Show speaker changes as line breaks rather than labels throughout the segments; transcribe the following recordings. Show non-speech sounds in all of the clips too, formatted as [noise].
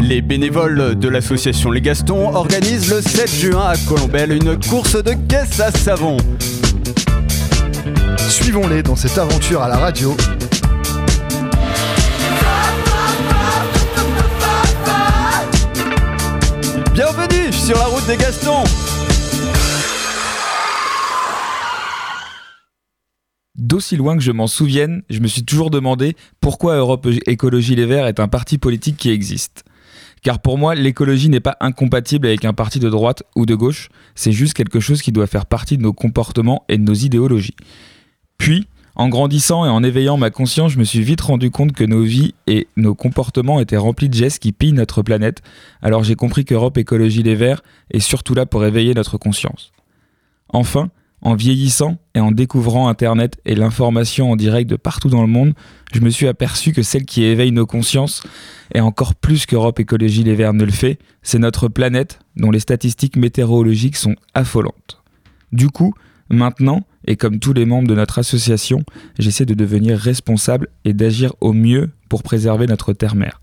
Les bénévoles de l'association Les Gastons organisent le 7 juin à Colombelle une course de caisse à savon.
Suivons-les dans cette aventure à la radio.
Bienvenue sur la route des Gastons
D'aussi loin que je m'en souvienne, je me suis toujours demandé pourquoi Europe Écologie Les Verts est un parti politique qui existe. Car pour moi, l'écologie n'est pas incompatible avec un parti de droite ou de gauche, c'est juste quelque chose qui doit faire partie de nos comportements et de nos idéologies. Puis, en grandissant et en éveillant ma conscience, je me suis vite rendu compte que nos vies et nos comportements étaient remplis de gestes qui pillent notre planète, alors j'ai compris qu'Europe Écologie Les Verts est surtout là pour éveiller notre conscience. Enfin, en vieillissant et en découvrant Internet et l'information en direct de partout dans le monde, je me suis aperçu que celle qui éveille nos consciences, et encore plus qu'Europe Écologie Les Verts ne le fait, c'est notre planète dont les statistiques météorologiques sont affolantes. Du coup, maintenant, et comme tous les membres de notre association, j'essaie de devenir responsable et d'agir au mieux pour préserver notre terre-mère.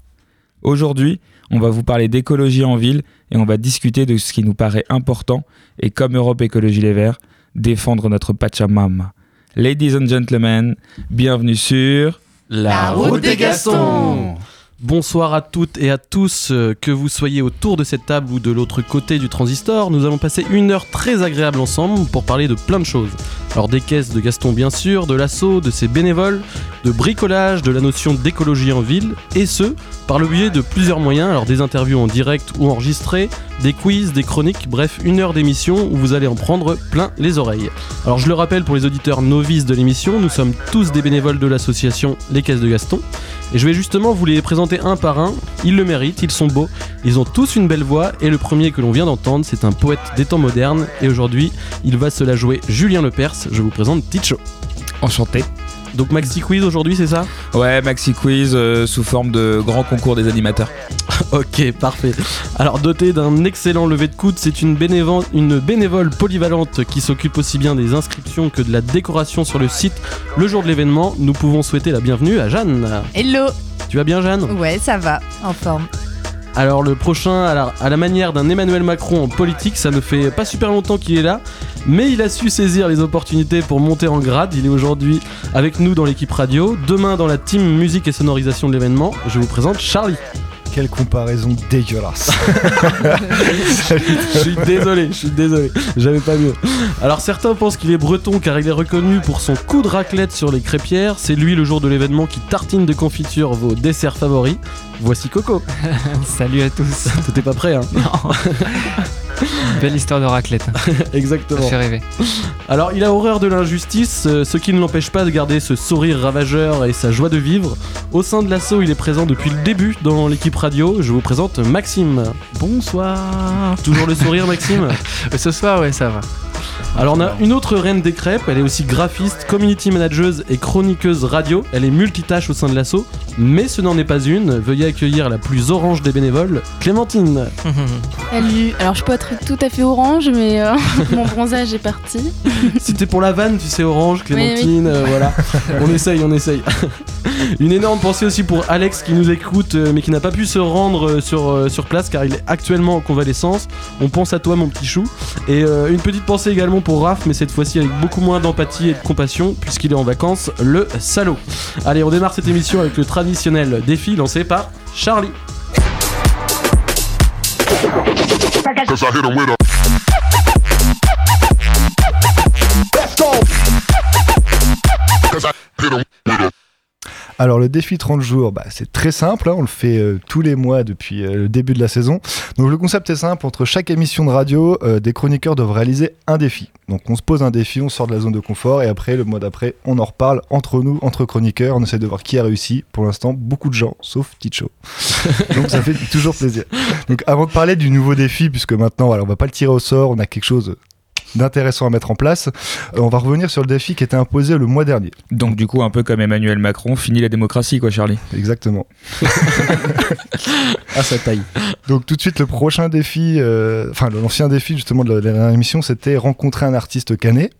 Aujourd'hui, on va vous parler d'écologie en ville et on va discuter de ce qui nous paraît important et comme Europe Écologie Les Verts, défendre notre Pachamama. Ladies and gentlemen, bienvenue sur
La route des Gastons Bonsoir à toutes et à tous, euh, que vous soyez autour de cette table ou de l'autre côté du transistor, nous allons passer une heure très agréable ensemble pour parler de plein de choses. Alors des caisses de Gaston bien sûr, de l'assaut, de ses bénévoles, de bricolage, de la notion d'écologie en ville, et ce, par le biais de plusieurs moyens, alors des interviews en direct ou enregistrées, des quiz, des chroniques, bref, une heure d'émission où vous allez en prendre plein les oreilles. Alors je le rappelle pour les auditeurs novices de l'émission, nous sommes tous des bénévoles de l'association Les Caisses de Gaston, et je vais justement vous les présenter un par un. Ils le méritent, ils sont beaux, ils ont tous une belle voix. Et le premier que l'on vient d'entendre, c'est un poète des temps modernes. Et aujourd'hui, il va se la jouer Julien Lepers. Je vous présente Ticho.
Enchanté.
Donc Maxi Quiz aujourd'hui, c'est ça
Ouais, Maxi Quiz euh, sous forme de grand concours des animateurs.
[laughs] Ok, parfait. Alors doté d'un excellent lever de coude, c'est une, bénévo- une bénévole polyvalente qui s'occupe aussi bien des inscriptions que de la décoration sur le site. Le jour de l'événement, nous pouvons souhaiter la bienvenue à Jeanne.
Hello
Tu vas bien Jeanne
Ouais, ça va, en forme.
Alors le prochain, à la, à la manière d'un Emmanuel Macron en politique, ça ne fait pas super longtemps qu'il est là, mais il a su saisir les opportunités pour monter en grade. Il est aujourd'hui avec nous dans l'équipe radio, demain dans la team musique et sonorisation de l'événement. Je vous présente Charlie.
Quelle comparaison dégueulasse.
[laughs] Je suis désolé, je suis désolé, j'avais pas mieux. [laughs] Alors certains pensent qu'il est breton car il est reconnu pour son coup de raclette sur les crêpières. C'est lui le jour de l'événement qui tartine de confiture vos desserts favoris. Voici Coco.
[laughs] Salut à tous.
[laughs] T'étais pas prêt, hein
[laughs]
[laughs]
Non. Belle histoire de raclette. hein. Ça
Exactement.
fait rêver.
Alors, il a horreur de l'injustice, euh, ce qui ne l'empêche pas de garder ce sourire ravageur et sa joie de vivre. Au sein de l'assaut, il est présent depuis le début dans l'équipe radio. Je vous présente Maxime.
Bonsoir.
Toujours le sourire, Maxime [laughs]
Ce soir, ouais, ça va.
Alors, on a une autre reine des crêpes. Elle est aussi graphiste, community manageuse et chroniqueuse radio. Elle est multitâche au sein de l'assaut, mais ce n'en est pas une. Veuillez accueillir la plus orange des bénévoles, Clémentine. [laughs]
Salut. Alors je suis pas très- tout à fait orange, mais euh, [laughs] mon bronzage est parti.
C'était pour la vanne, tu sais, Orange,
Oui, oui.
Clémentine, euh,
[laughs]
voilà. On essaye, on essaye. [laughs] Une énorme pensée aussi pour Alex qui nous écoute, euh, mais qui n'a pas pu se rendre euh, sur, euh, sur place car il est actuellement en convalescence. On pense à toi, mon petit chou. Et euh, une petite pensée également pour Raph, mais cette fois-ci avec beaucoup moins d'empathie et de compassion, puisqu'il est en vacances, le salaud. Allez, on démarre cette émission avec le traditionnel défi lancé par Charlie.
Alors le défi 30 jours, bah, c'est très simple, hein, on le fait euh, tous les mois depuis euh, le début de la saison. Donc le concept est simple, entre chaque émission de radio, euh, des chroniqueurs doivent réaliser un défi. Donc on se pose un défi, on sort de la zone de confort et après le mois d'après, on en reparle entre nous, entre chroniqueurs, on essaie de voir qui a réussi. Pour l'instant, beaucoup de gens, sauf
[laughs]
Ticho. Donc ça fait toujours plaisir. Donc avant de parler du nouveau défi, puisque maintenant voilà, on va pas le tirer au sort, on a quelque chose d'intéressant à mettre en place, euh, on va revenir sur le défi qui était imposé le mois dernier.
Donc du coup, un peu comme Emmanuel Macron, fini la démocratie quoi Charlie.
Exactement.
à sa taille.
Donc tout de suite, le prochain défi, euh, enfin le- l'ancien défi justement de la, de la dernière émission, c'était rencontrer un artiste canet.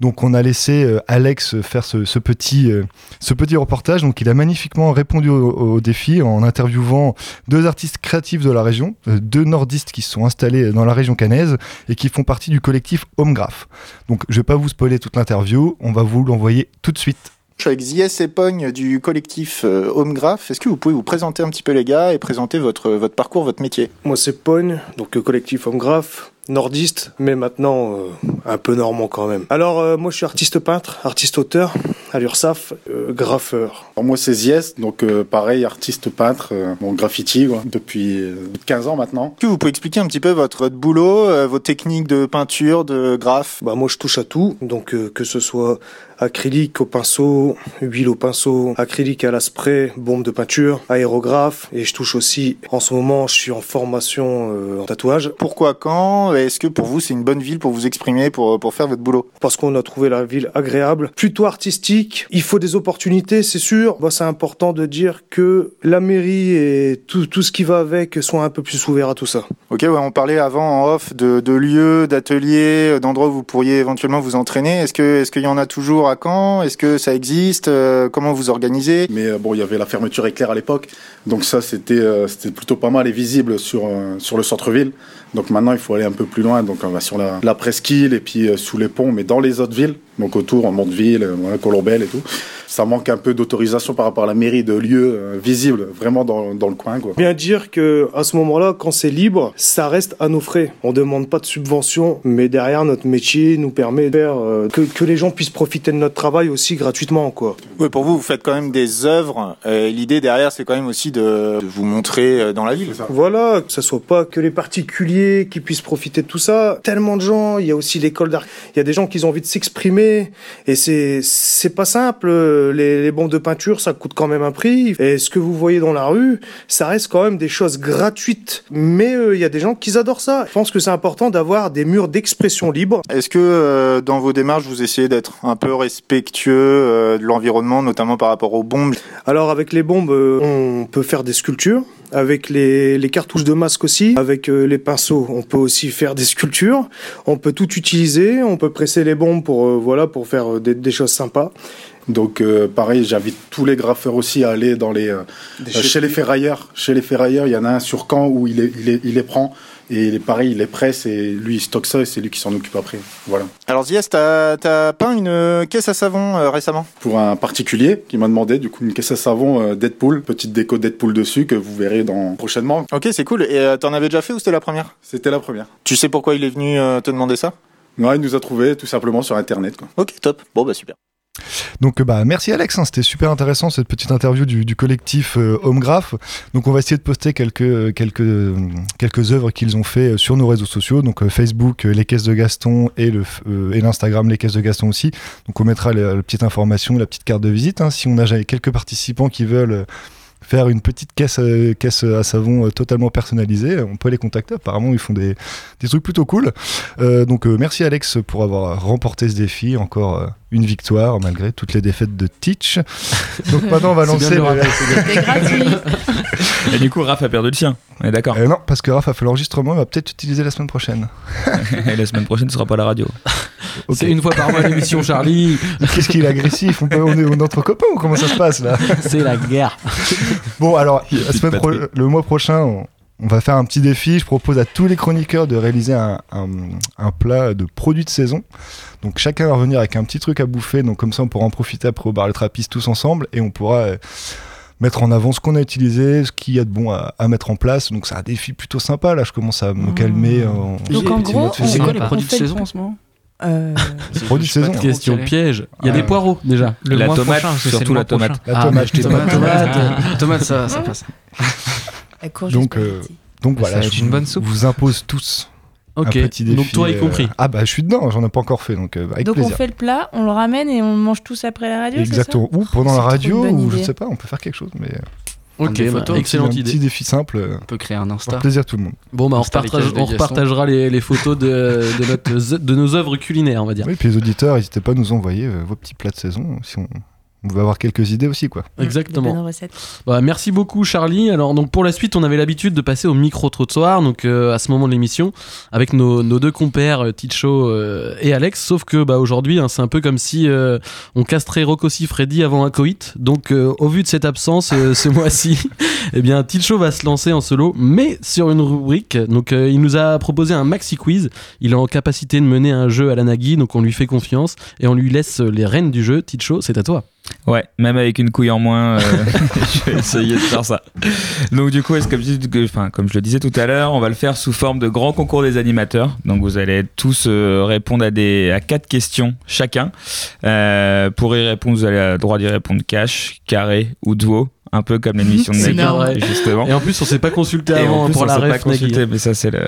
Donc on a laissé euh, Alex faire ce, ce petit, euh, ce petit reportage. Donc il a magnifiquement répondu au, au défi en interviewant deux artistes créatifs de la région, euh, deux nordistes qui se sont installés dans la région canaise et qui font partie du collectif Homegraph. Donc je vais pas vous spoiler toute l'interview, on va vous l'envoyer tout de suite.
Je suis avec Zies Epogne du collectif euh, Homegraph. Est-ce que vous pouvez vous présenter un petit peu les gars et présenter votre, euh, votre parcours, votre métier
Moi, c'est Pogne, donc euh, collectif homme graphe, nordiste, mais maintenant euh, un peu normand quand même. Alors, euh, moi, je suis artiste peintre, artiste auteur, à l'URSAF, euh, graffeur.
Alors moi c'est Zies, donc euh, pareil, artiste peintre, euh, bon graffiti quoi, depuis euh, 15 ans maintenant.
Est-ce que vous pouvez expliquer un petit peu votre, votre boulot, euh, vos techniques de peinture, de graphe
Bah, moi, je touche à tout, donc euh, que ce soit acrylique au pinceau, huile au pinceau, acrylique à la spray, bombe de peinture, aérographe, et je touche aussi, en ce moment, je suis en formation euh, en tatouage.
Pourquoi quand Est-ce que pour vous c'est une bonne ville pour vous exprimer, pour, euh, pour faire votre boulot
parce qu'on a trouvé la ville agréable, plutôt artistique. Il faut des opportunités, c'est sûr. Bah, c'est important de dire que la mairie et tout, tout ce qui va avec sont un peu plus ouverts à tout ça.
Ok, ouais, on parlait avant en off de, de lieux, d'ateliers, euh, d'endroits où vous pourriez éventuellement vous entraîner. Est-ce que est-ce qu'il y en a toujours à Caen Est-ce que ça existe Euh, Comment vous organisez
Mais euh, bon, il y avait la fermeture éclair à l'époque, donc ça c'était euh, c'était plutôt pas mal et visible sur euh, sur le centre-ville. Donc maintenant il faut aller un peu plus loin, donc on va sur la, la presqu'île et puis euh, sous les ponts, mais dans les autres villes, donc autour en Monteville, euh, voilà, Colombelle et tout. Ça manque un peu d'autorisation par rapport à la mairie de lieux euh, visibles, vraiment dans, dans le coin quoi.
Bien dire que à ce moment-là, quand c'est libre, ça reste à nos frais. On demande pas de subvention, mais derrière notre métier nous permet de faire euh, que, que les gens puissent profiter de notre travail aussi gratuitement, quoi.
Oui, pour vous, vous faites quand même des œuvres. Euh, L'idée derrière, c'est quand même aussi de, de vous montrer euh, dans la ville.
Voilà, que ce soit pas que les particuliers qui puissent profiter de tout ça. Tellement de gens, il y a aussi l'école d'art. Il y a des gens qui ont envie de s'exprimer et c'est c'est pas simple. Les, les bombes de peinture, ça coûte quand même un prix. Et ce que vous voyez dans la rue, ça reste quand même des choses gratuites. Mais euh, il y a des gens qui adorent ça. Je pense que c'est important d'avoir des murs d'expression libre.
Est-ce que euh, dans vos démarches, vous essayez d'être un peu respectueux euh, de l'environnement, notamment par rapport aux bombes
Alors avec les bombes, euh, on peut faire des sculptures. Avec les, les cartouches de masque aussi, avec euh, les pinceaux, on peut aussi faire des sculptures. On peut tout utiliser. On peut presser les bombes pour euh, voilà pour faire euh, des, des choses sympas.
Donc euh, pareil, j'invite tous les graffeurs aussi à aller dans les euh, Euh, chez les ferrailleurs, chez les ferrailleurs, il y en a un sur Caen où il les, il les, il les prend et il est pareil, il les presse et lui il stocke ça et c'est lui qui s'en occupe après. Voilà.
Alors Zies, t'as t'as peint une euh, caisse à savon euh, récemment.
Pour un particulier qui m'a demandé du coup une caisse à savon euh, Deadpool, petite déco Deadpool dessus que vous verrez dans prochainement.
Ok, c'est cool. Et euh, t'en avais déjà fait ou c'était la première
C'était la première.
Tu sais pourquoi il est venu euh, te demander ça
Ouais, il nous a trouvé tout simplement sur internet quoi.
Ok, top. Bon bah super.
Donc euh, bah merci Alex, hein, c'était super intéressant cette petite interview du, du collectif euh, Homegraph. Donc on va essayer de poster quelques euh, quelques euh, quelques œuvres qu'ils ont fait euh, sur nos réseaux sociaux, donc euh, Facebook euh, les caisses de Gaston et le f- euh, et l'Instagram les caisses de Gaston aussi. Donc on mettra la, la petite information, la petite carte de visite. hein, si on a ja- quelques participants qui veulent euh, faire une petite caisse euh, caisse à savon euh, totalement personnalisée, euh, on peut les contacter. Apparemment ils font des des trucs plutôt cool. Euh, donc euh, merci Alex pour avoir remporté ce défi, encore euh, une victoire malgré toutes les défaites de Teach. Donc maintenant
[laughs]
on va
C'est bien de
lancer.
le
le-
rappeler.
C'est gratuit.
Et du coup, Raph a perdu le sien. On est d'accord.
Euh, non, parce que Raph a fait l'enregistrement, il va peut-être utiliser la
[laughs]
semaine prochaine.
[laughs] Et la semaine prochaine, ce sera pas à la radio.
[laughs] Ok.
C'est une fois par mois l'émission Charlie,
Qu'est-ce qu'il est agressif on, peut- on est on est entre copains ou comment ça se passe là
c'est la guerre.
[laughs] Bon alors,
Il y a
la
plus de
semaine pro-
batterie.
le mois prochain, on, on va faire un petit défi. Je propose à tous les chroniqueurs de réaliser un, un- un plat de produits de saison. Donc chacun va revenir avec un petit truc à bouffer. Donc comme ça, on pourra en profiter après au bar le trapiste tous ensemble et on pourra euh, mettre en avant ce qu'on a utilisé, ce qu'il y a de bon à, à mettre en place. Donc c'est un défi plutôt sympa. Là, je commence à me
Mmh.
calmer. En...
Donc
en
en
gros,
gros,
on- C'est
quoi
quoi
les
les
on
produits
produits
de
fait de le saison
saison
tour. en
en ce
[laughs]
moment
Euh,
Produits de saison.
Question
Quel est
piège. Il y a
Ah.
des poireaux déjà.
Le
La
mois
tomate,
prochain, parce que c'est
surtout
le mois
la tomate.
prochain.
La
Ah,
tomate,
mais
je t'ai
tomate,
pas
tomate,
dit.
tomate, tomate, ça, ça passe.
La
Ah,
courge Donc,
Donc, euh, Donc voilà,
va être
je
une bonne soupe.
vous impose tous
Ok.
un petit défi.
Donc toi y
euh,
compris.
Ah bah je suis dedans, j'en ai pas encore fait, donc euh, avec
Donc on
plaisir.
fait le plat, on le ramène et on le mange tous après la radio, c'est ça Ah,
Exactement.
Oh,
Ou pendant
C'est
la
trop
radio,
une bonne
ou je
idée.
sais pas, on peut faire quelque chose. Mais euh,
Ok.
des
bah,
photos,
excellente
un
idée.
petit défi simple, euh,
[laughs] On peut créer un
pour
Insta.
plaisir tout le monde.
Bon, bah, on,
Insta, les
repartage-
cages de
on
Gaston.
repartagera les, les photos de, [laughs] de, notre, de nos œuvres culinaires, on va dire.
Oui, et puis les auditeurs, n'hésitez pas à nous envoyer euh, vos petits plats de saison. Si on, on veut avoir quelques idées aussi, quoi.
Des bonnes
Exactement.
recettes.
Bah, merci beaucoup Charlie. Alors donc pour la suite, on avait l'habitude de passer au micro trottoir, donc euh, à ce moment de l'émission, avec nos, nos deux compères euh, Ticho euh, et Alex. Sauf que bah aujourd'hui, hein, c'est un peu comme si euh, on castrait Rocossi Freddy avant un coït. Donc euh, au vu de cette absence euh, ce [laughs] mois-ci, eh bien Ticho va se lancer en solo, mais sur une rubrique. Donc euh, il nous a proposé un maxi quiz. Il est en capacité de mener un jeu à la Nagui, donc on lui fait confiance et on lui laisse les rênes du jeu. Ticho, c'est à toi.
Ouais, même avec une couille en moins, euh, [laughs] je vais essayer de faire ça. Donc du coup, est-ce que, que- enfin, comme je le disais tout à l'heure, on va le faire sous forme de grand concours des animateurs. Donc vous allez tous euh, répondre à des à quatre questions chacun. Euh, pour y répondre, vous avez le droit d'y répondre cash, carré ou duo, un peu comme l'émission de
[laughs] C'est énorme.
Nagui, justement.
Et en plus, on s'est pas consulté
Et en
avant
plus,
pour
on
la
s'est pas
ref, Nagui.
consulté, mais ça c'est le.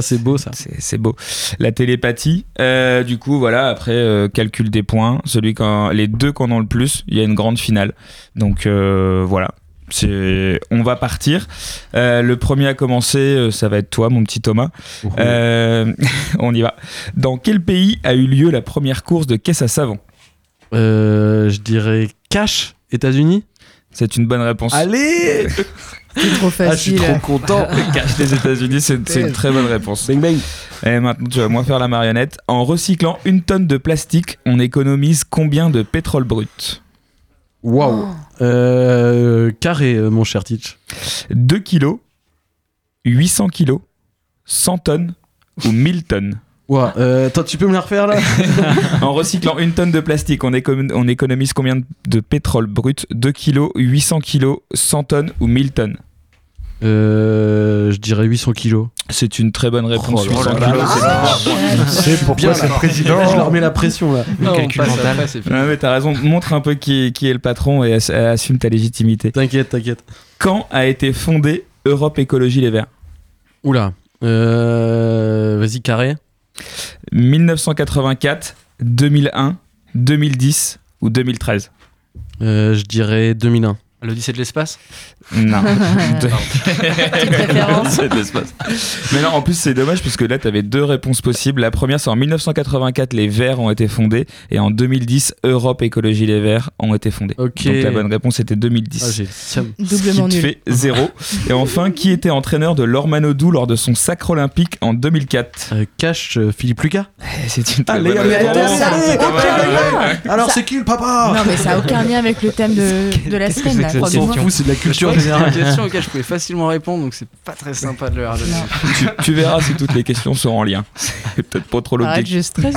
c'est beau ça.
C'est beau. La télépathie. euh, du coup, voilà. Après, euh, calcul des points. Celui quand les deux qu'on en ont le plus, il y a une grande finale. Donc euh, voilà. C'est, on va partir. Euh, le premier à commencer, euh, ça va être toi, mon petit Thomas. Euh, [laughs] on y va. Dans quel pays a eu lieu la première course de caisse à savon
Euh, je dirais cash, États-Unis.
C'est une bonne réponse.
Allez
C'est trop
Ah, je
facile.
suis trop
[laughs]
[laughs]
content. Le cash des États-Unis, c'est c'est une très bonne réponse.
Bang bang.
Et maintenant, tu vas moins faire la marionnette. En recyclant une tonne de plastique, on économise combien de pétrole brut
Waouh. Euh, carré, euh, mon cher Titch.
2 kilos, 800 kilos, 100 tonnes ou 1000 tonnes
Ouah, euh, attends, tu peux me la refaire là
[laughs] En recyclant une tonne de plastique, on, éco- on économise combien de- de pétrole brut 2 kilos, 800 kilos, 100 tonnes ou 1000 tonnes
Euh, Je dirais 800 kilos.
C'est une très bonne réponse.
Oh
800
là là
kilos,
là
c'est
là.
C'est pourquoi
Bien,
c'est
là.
président.
Je leur mets la pression là.
Le calcul mental.
Ouais, mais t'as raison. Montre un peu qui est, qui est le patron et ass- euh, assume ta légitimité.
T'inquiète, t'inquiète.
Quand a été fondée Europe Écologie Les Verts
Oula. Euh, Vas-y, carré.
1984, 2001, 2010 ou 2013
Euh, je dirais 2001.
L'Odyssée de l'espace [laughs]
Non. [laughs]
préférence.
C'est de l'espace. Mais non, en plus, c'est dommage parce que là, t'avais deux réponses possibles. La première, c'est en 1984, les Verts ont été fondés et en 2010, Europe Écologie Les Verts ont été fondés.
Ok.
Donc la bonne réponse était 2010.
Ah, j'ai le seum.
Doublement
Ce qui te
nul.
fait zéro. Et enfin, qui était entraîneur de Lormanodou lors de son sacre olympique en 2004
Euh, cash, euh, Philippe Lucas.
Eh, C'est une très
Allez,
bonne
allez, allez,
réponse.
allez,
Ah, Pas mal,
allez,
ouais.
Eh, Alors, c'est qui le
Ah bah
papa
Non, mais ça n'a aucun
[laughs]
lien avec le thème
[laughs]
de, de la
Qu'est-ce que
semaine.
c'est
là,
que cette
crois-moi.
question
Vous, c'est de la culture
Je crois que c'était
générale.
une question auquel je pouvais facilement répondre, donc c'est pas très sympa de le harceler.
tu, tu verras si toutes les questions sont en lien. C'est peut-être pas trop
Arrête,
logique.
je stresse.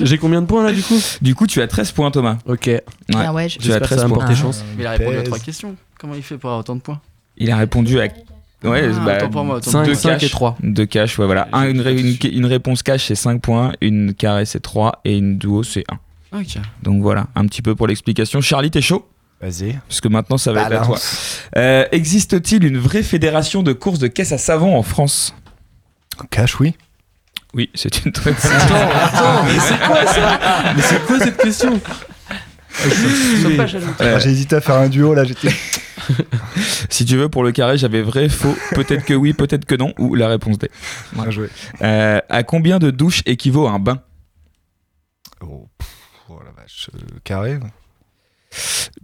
J'ai combien de points là du coup
Du coup, tu as 13 points, Thomas.
Ok.
Ah ouais, je-
Tu as
J'espère que
13
ça va me
points.
porter chance.
Mais [laughs] il a répondu aux trois questions. Comment il fait pour avoir autant de points
Il a répondu à. Ouais,
Ah,
bah,
autant pour moi, autant
deux
pour
Cinq,
moi.
cinq
cash.
et trois.
Deux cash, ouais, voilà.
J'ai
Un- une,
pas
ré- une-
dessus.
une réponse cash, c'est 5 points. Une carré, c'est 3. Et une duo, c'est 1.
Ok.
Donc voilà, un petit peu pour l'explication. Charlie, t'es chaud
Vas-y.
Parce que maintenant, ça va être à toi.
Balance.
Euh, Existe-t-il une vraie fédération de courses de caisse à savon en France
Cash, oui.
Oui, c'est une
[laughs]
très
Mais c'est quoi cette question
Nous sommes pas jaloux.
Euh,
Ah, J'ai hésité à faire un duo là,
[laughs]
j'étais.
Si tu veux, pour le carré, j'avais vrai,
[laughs]
faux, peut-être que oui, peut-être que non, ou la réponse D.
Bien joué.
Euh, à combien de douches équivaut un bain
Oh, pff, oh la vache. euh, Carré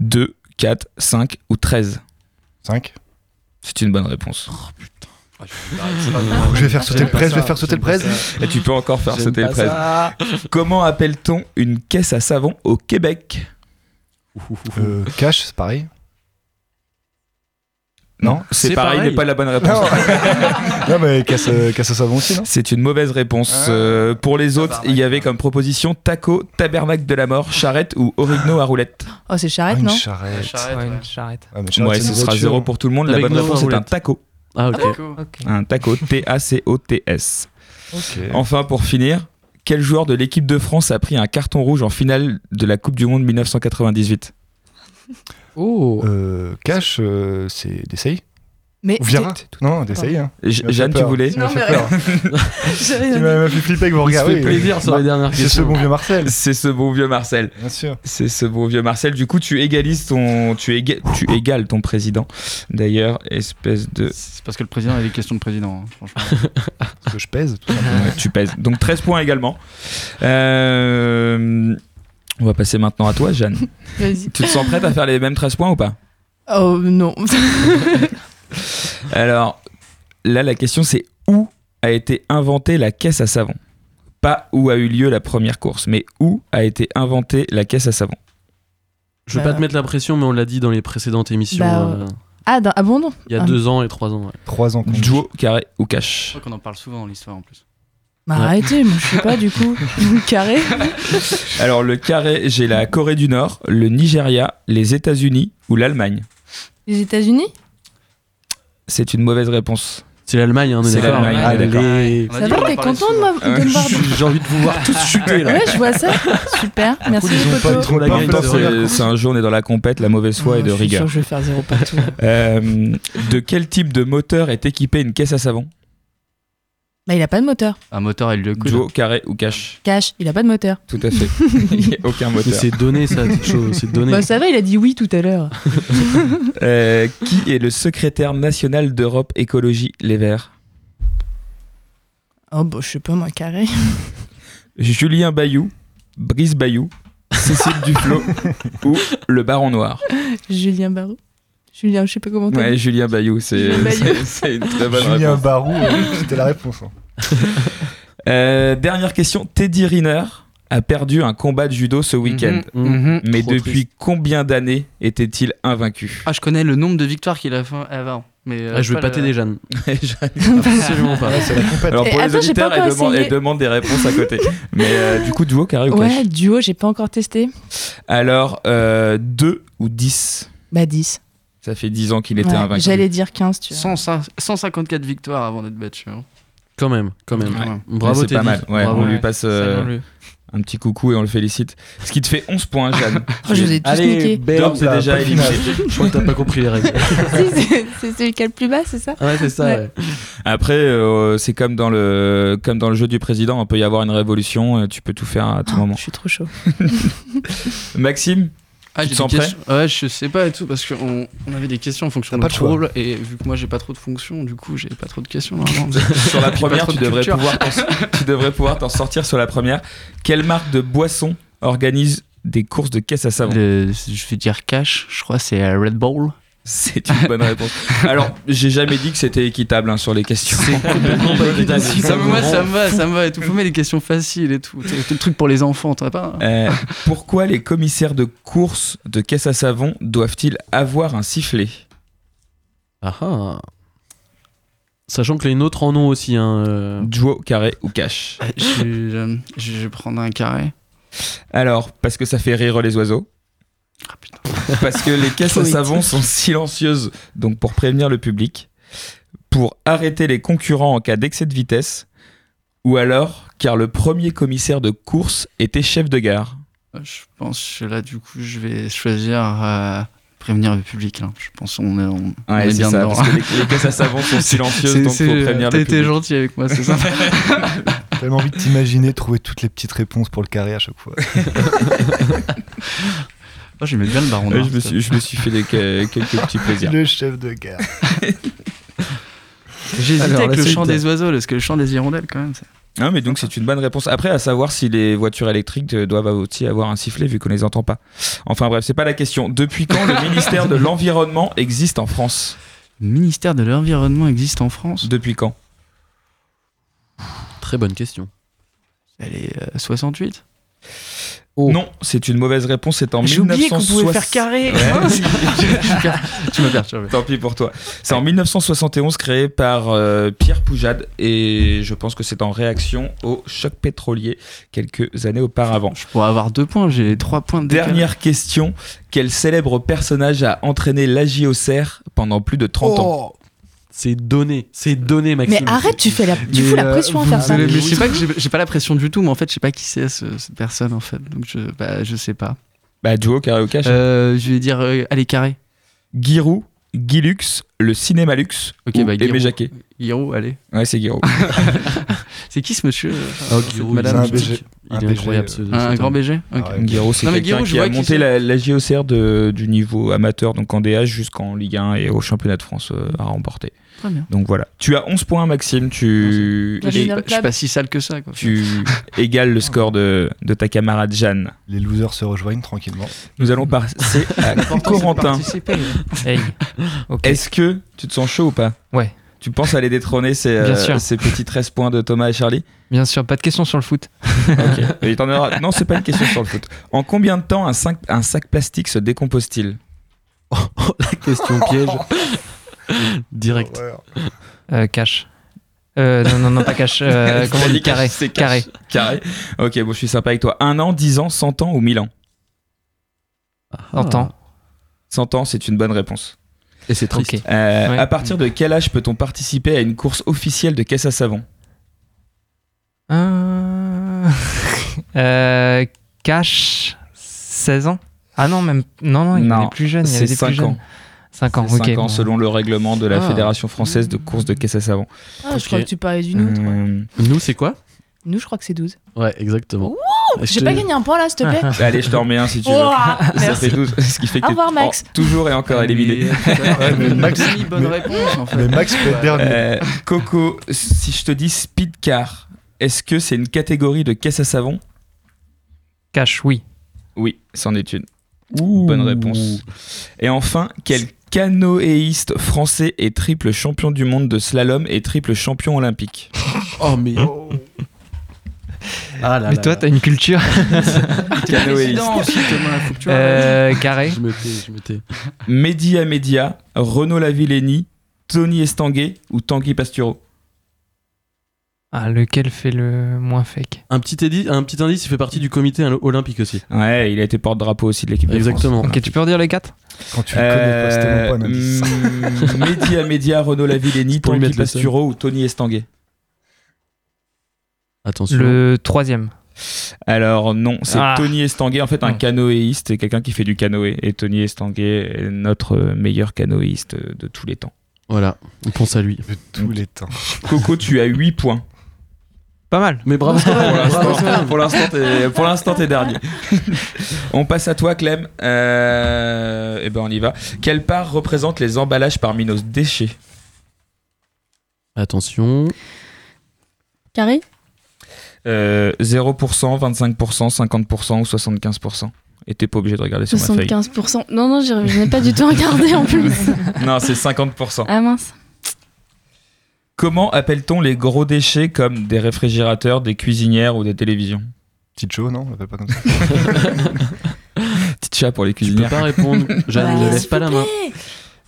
2, 4, 5 ou 13
5.
C'est une bonne réponse.
je vais faire sauter le
pas
presse, je vais
ça,
faire sauter le
Oh, Ah, j'aime pas
presse.
Et tu peux encore faire
J'aime
sauter le
pas
13.
ça.
Comment appelle-t-on une caisse à savon au Québec
Euh, cash, c'est pareil. Non,
c'est
c'est
pareil,
pareil.
n'est pas la bonne réponse.
Non, [laughs] non mais casse, euh, casse à savon aussi, non
C'est une mauvaise réponse.
Ah.
Euh, pour les autres, il y avait comme proposition taco, tabernacle de la mort, charrette ou origno à roulette.
Oh, c'est
Ah,
charrette,
une
non
charrette.
Ouais, une charrette.
Ah, mais charrette,
Ouais,
c'est
ce
une
sera
voiture.
zéro pour tout le monde. La
Avec
bonne
nos
réponse est un
roulettes.
taco.
Ah, ok.
Un taco, T-A-C-O-T-S.
Ok.
Enfin, pour finir, quel joueur de l'équipe de France a pris un carton rouge en finale de la Coupe du Monde 1998
Oh.
Euh, cash, euh, c'est d'essayer.
Mais
Ou Viera Non, d'essayer. Hein.
Je-
Tu m'as fait
Jeanne, tu
peur.
voulez
Tu m'as
Non,
fait
mais
[laughs]
[laughs] peur. Tu
J'avais-
m'as m'as fait flipper avec vos
Il se
regards.
fait
oui.
plaisir sur les dernières
Bah, C'est ce
questions.
bon vieux Marcel.
C'est ce bon vieux Marcel.
Bien sûr.
C'est ce bon vieux Marcel. Du coup, tu égalises ton, tu, éga- tu égales ton président. D'ailleurs, espèce de,
C'est parce que le président il a des questions de président, hein, franchement.
[laughs]
Parce que je pèse. tout ça.
Ouais, tu pèses. Donc 13 points également. Euh, On va passer maintenant à toi,
[laughs]
Jeanne.
Vas-y.
tu te sens prête à faire les mêmes 13 points ou pas
[laughs] Oh non. [laughs]
Alors, là, la question c'est où a été inventée la caisse à savon Pas où a eu lieu la première course, mais où a été inventée la caisse à savon
Je veux pas te mettre la pression, mais on l'a dit dans les précédentes émissions.
Bah,
euh,
ah, dans- ah bon, non.
Il y a
Ah.
deux ans et trois ans.
Trois ans.
Duo, carré ou cash
Je crois qu'on en parle souvent dans l'histoire en plus.
Bah, arrêtez, moi, je sais pas du
[laughs]
coup. Carré.
Alors, le carré, j'ai la Corée du Nord, le Nigeria, les États-Unis ou l'Allemagne.
Les États-Unis
C'est une mauvaise réponse.
C'est l'Allemagne, hein, on est
C'est
d'accord.
l'Allemagne, on est
Allez.
d'accord.
Ça
Euh,
va, t'es content de, moi- de me voir
[laughs] J'ai envie de vous voir tous chuter là.
Ouais, je vois ça. Super. Merci les potos.
En même temps,
de
bah, C'est c'est un jeu, on est dans la compète, la mauvaise foi et de
Je suis
rigueur.
sûr que je vais faire zéro partout.
[laughs] Euh, de quel type de moteur est équipée une caisse à savon
Bah, il a pas de moteur.
Un moteur le Duo, carré ou cash
Cash, il a pas de moteur.
Tout
[laughs]
à fait. Il n'y a aucun moteur.
C'est donné ça, toute chose. C'est donné.
Bah, ça va, il a dit oui tout à l'heure. [laughs]
[laughs] Euh, qui est le secrétaire national d'Europe Écologie Les Verts
Oh, bah, je sais pas, moi, carré. [laughs]
Julien Bayou, Brice Bayou, Cécile
[laughs]
Duflo ou le Baron Noir
Julien Barou. Julien, je sais pas comment t'as
Ouais,
dit.
Julien Bayou, c'est
Julien Bayou.
c'est- [laughs] c'est une très bonne
Julien
réponse.
Barou, euh, c'était la réponse. hein.
[laughs] Euh, dernière question. Teddy Riner a perdu un combat de judo ce week-end.
mhm.
Mais
Trop
depuis combien d'années était-il invaincu
Ah, je connais le nombre de victoires qu'il a fait avant. Mais euh,
Ah, je vais
pas
pâter
le-
des [laughs]
[laughs]
jeunes.
[laughs]
Absolument pas.
Alors pour
Et
les
attends, j'ai pas
auditeurs, elle
encore
demande,
essayé.
elle demande des réponses à côté. Mais euh, du coup, duo carré ou clash
Ouais, duo, j'ai pas encore
[laughs]
testé.
Alors, 2 ou 10
Bah, 10.
Ça fait 10 ans qu'il était
Ouais,
invaincu.
J'allais dire 15, tu vois.
105 154 victoires avant d'être battu. hein.
Quand même, quand même.
Ouais.
Bravo,
Ouais, c'est pas
Teddy.
mal. Ouais,
Bravo.
on lui passe euh, un petit coucou et on le félicite. Ce qui te fait 11 points, Jeanne.
Oh, je vous ai tous
Allez,
niqué.
belle, Dom, c'est
Là,
déjà
pas de
éliminé.
finale. Je crois que t'as pas compris les règles.
Si, c'est- c'est celui qui a le plus bas, c'est ça
Ouais, c'est ça. ouais.
Après, euh, c'est comme dans le comme dans le jeu du président, on peut y avoir une révolution. euh, Tu peux tout faire à tout moment. Je
Ah, suis trop chaud.
[laughs] Maxime,
Ah,
tu
j'ai
te sens
des
prêt
questions- Ouais, je sais pas et tout, parce qu'on on avait des questions en fonction de
pas
notre
de choix.
rôle, et vu que moi j'ai pas trop de fonctions, du coup j'ai pas trop de
[laughs]
questions normalement.
Sur la
[laughs] Puis pas
première,
trop
tu
de
devrais
culture.
pouvoir t'en- tu devrais pouvoir t'en sortir sur la première. Quelle marque de boisson organise des courses de caisse à savon
Je vais dire cash, je crois c'est euh, Red Bull.
C'est une bonne réponse. Alors, j'ai jamais dit que c'était équitable hein, sur les questions.
complètement pas
[laughs]
équitable. Ça, me- moi, ça me va,
Euh,
ça me va et tout. Faut mettre des questions faciles et tout. C'est le truc pour les enfants, t'as pas hein.
Euh, pourquoi les commissaires de courses de caisse à savon doivent-ils avoir un sifflet
Ah ah. Sachant que les nôtres en ont aussi. Hein, euh.
Duo, carré ou cash
Euh, je, je- je vais prendre un carré.
Alors, parce que ça fait rire les oiseaux.
Ah,
Parce que les
[laughs]
caisses à
Poétique.
savon sont silencieuses, donc pour prévenir le public, pour arrêter les concurrents en cas d'excès de vitesse, ou alors car le premier commissaire de course était chef de gare.
Euh, Je pense que là, du coup, je vais choisir euh, prévenir le public. hein. Je pense qu'on est, on, on
Ouais,
est
c'est
bien
ça,
dedans.
parce que les- les caisses à savon sont silencieuses,
[laughs] C'est-
donc faut
c'est-
prévenir le
t'as été
public.
gentil avec moi, c'est ça.
J'ai tellement envie de t'imaginer trouver toutes les petites réponses pour le carré à
[laughs]
chaque fois.
Moi, j'aimais bien le baron.
Ouais,
noir,
je, me
ça.
suis, je me suis fait
[laughs]
des, que- quelques petits plaisirs.
le chef de
[laughs]
gare.
J'hésitais
Alors,
avec
la
le
suite.
chant des oiseaux, parce que le chant des hirondelles, quand même. c'est-
Non, Ah, mais donc c'est une bonne réponse. Après, à savoir si les voitures électriques euh, doivent aussi avoir un sifflet vu qu'on les entend pas. Enfin bref, c'est pas la question. Depuis quand le ministère de l'Environnement existe en France
Le ministère de l'Environnement existe en France
Depuis quand
Très bonne question.
Elle est euh, 68
Non, c'est une mauvaise réponse. C'est en
J'ai oublié qu'on pouvait
1960.
faire carré. [laughs]
[laughs] tu m'as perturbé. Tant pis pour toi. C'est en 1971 créé par euh, Pierre Poujade et je pense que c'est en réaction au choc pétrolier quelques années auparavant.
Je pourrais avoir deux points, j'ai trois points de décalage.
Dernière question. Quel célèbre personnage a entraîné l'Agiocerre pendant plus de 30 ans
Oh, C'est donné, c'est donné,
Mais arrête, tu, fais la, tu fous la
euh,
pression à faire ça.
Mais euh, je sais pas que j'ai- j'ai pas la pression du tout, mais en fait, je sais pas qui c'est ce- cette personne en fait. Donc je, bah, je sais pas.
Bah, duo, carré ou cash
Euh, je vais dire, euh, allez, carré.
Giroud, Guilux, le Cinéma Luxe
Ok,
ou
bah, Giroud.
Aimé Jacquet
Guirou, allez.
Ouais, c'est Giroud.
[laughs]
[laughs]
c'est qui ce monsieur euh,
Ah, Giroud, Ah, il a un BG.
Il est incroyable ce.
Un
cet
grand
homme.
BG Ok.
Ah ouais.
Guéraud, c'est
Non, mais
quelqu'un
Guéraud, je
qui a
vois qui
monté
c'est.
la, la JOCR de- du niveau amateur, donc en DH, jusqu'en Ligue 1 et au championnat de France euh, à remporter.
Très bien. Ah,
Donc voilà. Tu as 11 points, Maxime. Tu
Bien joué
et-
dans le club. Je suis pas si sale que ça, quoi. [laughs]
Tu égales le score de, de ta camarade Jeanne.
Les losers se rejoignent tranquillement.
Nous allons passer à
L'important, c'est de
Corentin.
participer. Hey. Ok.
Est-ce que tu te sens chaud ou pas
Ouais.
Tu penses aller détrôner ces, euh,
Bien sûr.
ces petits 13 points de Thomas et Charlie
Bien sûr, pas de questions sur le foot.
Ok. Et t'en auras- Non, c'est pas une question sur le foot. En combien de temps un sac, un sac plastique se décompose-t-il
[laughs] La question piège. Direct.
Euh, cash. Euh, non, non, non, pas
[laughs]
cash. Euh, comment on dit carré
C'est
Carré.
cash. Carré. Ok, bon, je suis sympa avec toi. Un an, 10 ans, 100 ans ou 1000 ans
100 ans.
100 Ah. ans, c'est une bonne réponse.
Et c'est
triste. Ok.
Euh,
Ouais.
À partir de quel âge peut-on participer à une course officielle de caisse à savon
Euh, [laughs] euh, cash, 16 ans. Ah non, même. Non, non, il y en
Non,
a des plus jeunes. Il y en a
c'est
des
cinq
plus jeunes.
ans.
5 ans,
C'est
ok.
cinq ans
bon.
selon le règlement de la
Ah.
Fédération française de course de caisse à savon.
Ah, je crois que tu parlais d'une autre.
Hum.
Nous, c'est quoi
Nous, je crois que c'est 12.
Ouais, exactement.
Wouh J'ai pas gagné un point là, s'il te
[laughs]
plaît.
Bah, [laughs] Allez, je te remets un si tu veux.
Ouah,
Ça
merci.
fait 12. [laughs] Ce qui fait que
Au
t'es
revoir, Max.
en- toujours et encore éliminé. [laughs]
Ouais, mais Max-
bonne réponse, en fait.
mais Max peut être dernier.
Euh, Coco, si je te dis speed car, est-ce que c'est une catégorie de caisse à savon
Cash, oui.
Oui, c'en est une. Bonne réponse. Et enfin, quel canoéiste français est triple champion du monde de slalom et triple champion olympique
Oh, mais.
[laughs]
Ah là
Mais
là
toi,
là.
t'as une culture.
Canoéiste.
Euh, carré.
Je me tais, je me tais.
Mehdi Amédia, Renaud Lavilleni, Tony Estanguet ou Tanguy Pastureau
Ah, lequel fait le moins fake
Un petit, édi- un petit indice, il fait partie du comité olympique aussi.
Ouais, il a été porte-drapeau aussi de l'équipe de France.
Exactement.
Ok, tu peux redire les 4
Quand tu le
Euh,
connais pas, c'est tellement pas un indice.
mm, Mehdi Amédia, Renaud Lavilleni,
[laughs] pour lui
Tanguy
mettre le seum.
Pastureau ou Tony Estanguet
Attention.
Le troisième.
Alors non, c'est
Ah.
Tony Estanguet, en fait un canoéiste, c'est quelqu'un qui fait du canoë. Et Tony Estanguet est notre meilleur canoéiste de tous les temps.
Voilà, on pense à lui.
Tous les temps.
Coco, tu as 8 points.
Pas mal.
Mais bravo quand
Pour
même, bravo quand
l'instant-
même.
pour l'instant, t'es- pour l'instant, t'es
[laughs]
dernier. on passe à toi, Clem. Euh, eh ben, on y va. Quelle part représente les emballages parmi nos déchets
Attention.
Carré
Euh, 0%, 25%, 50% ou 75% Et t'es pas obligé de regarder sur ma feuille.
75%. Non, non, j'y- je n'ai pas du tout regardé en
[laughs]
plus.
Non, c'est 50%.
Ah mince.
Comment appelle-t-on les gros déchets comme des réfrigérateurs, des cuisinières ou des télévisions
Petite show, non On l'appelle pas
[laughs]
comme ça.
Petit chat pour les
Tu peux
cuisinières.
pas répondre.
Bah,
Jeanne,
Ouais,
ne laisse
s'il
pas
vous
la main.
plaît.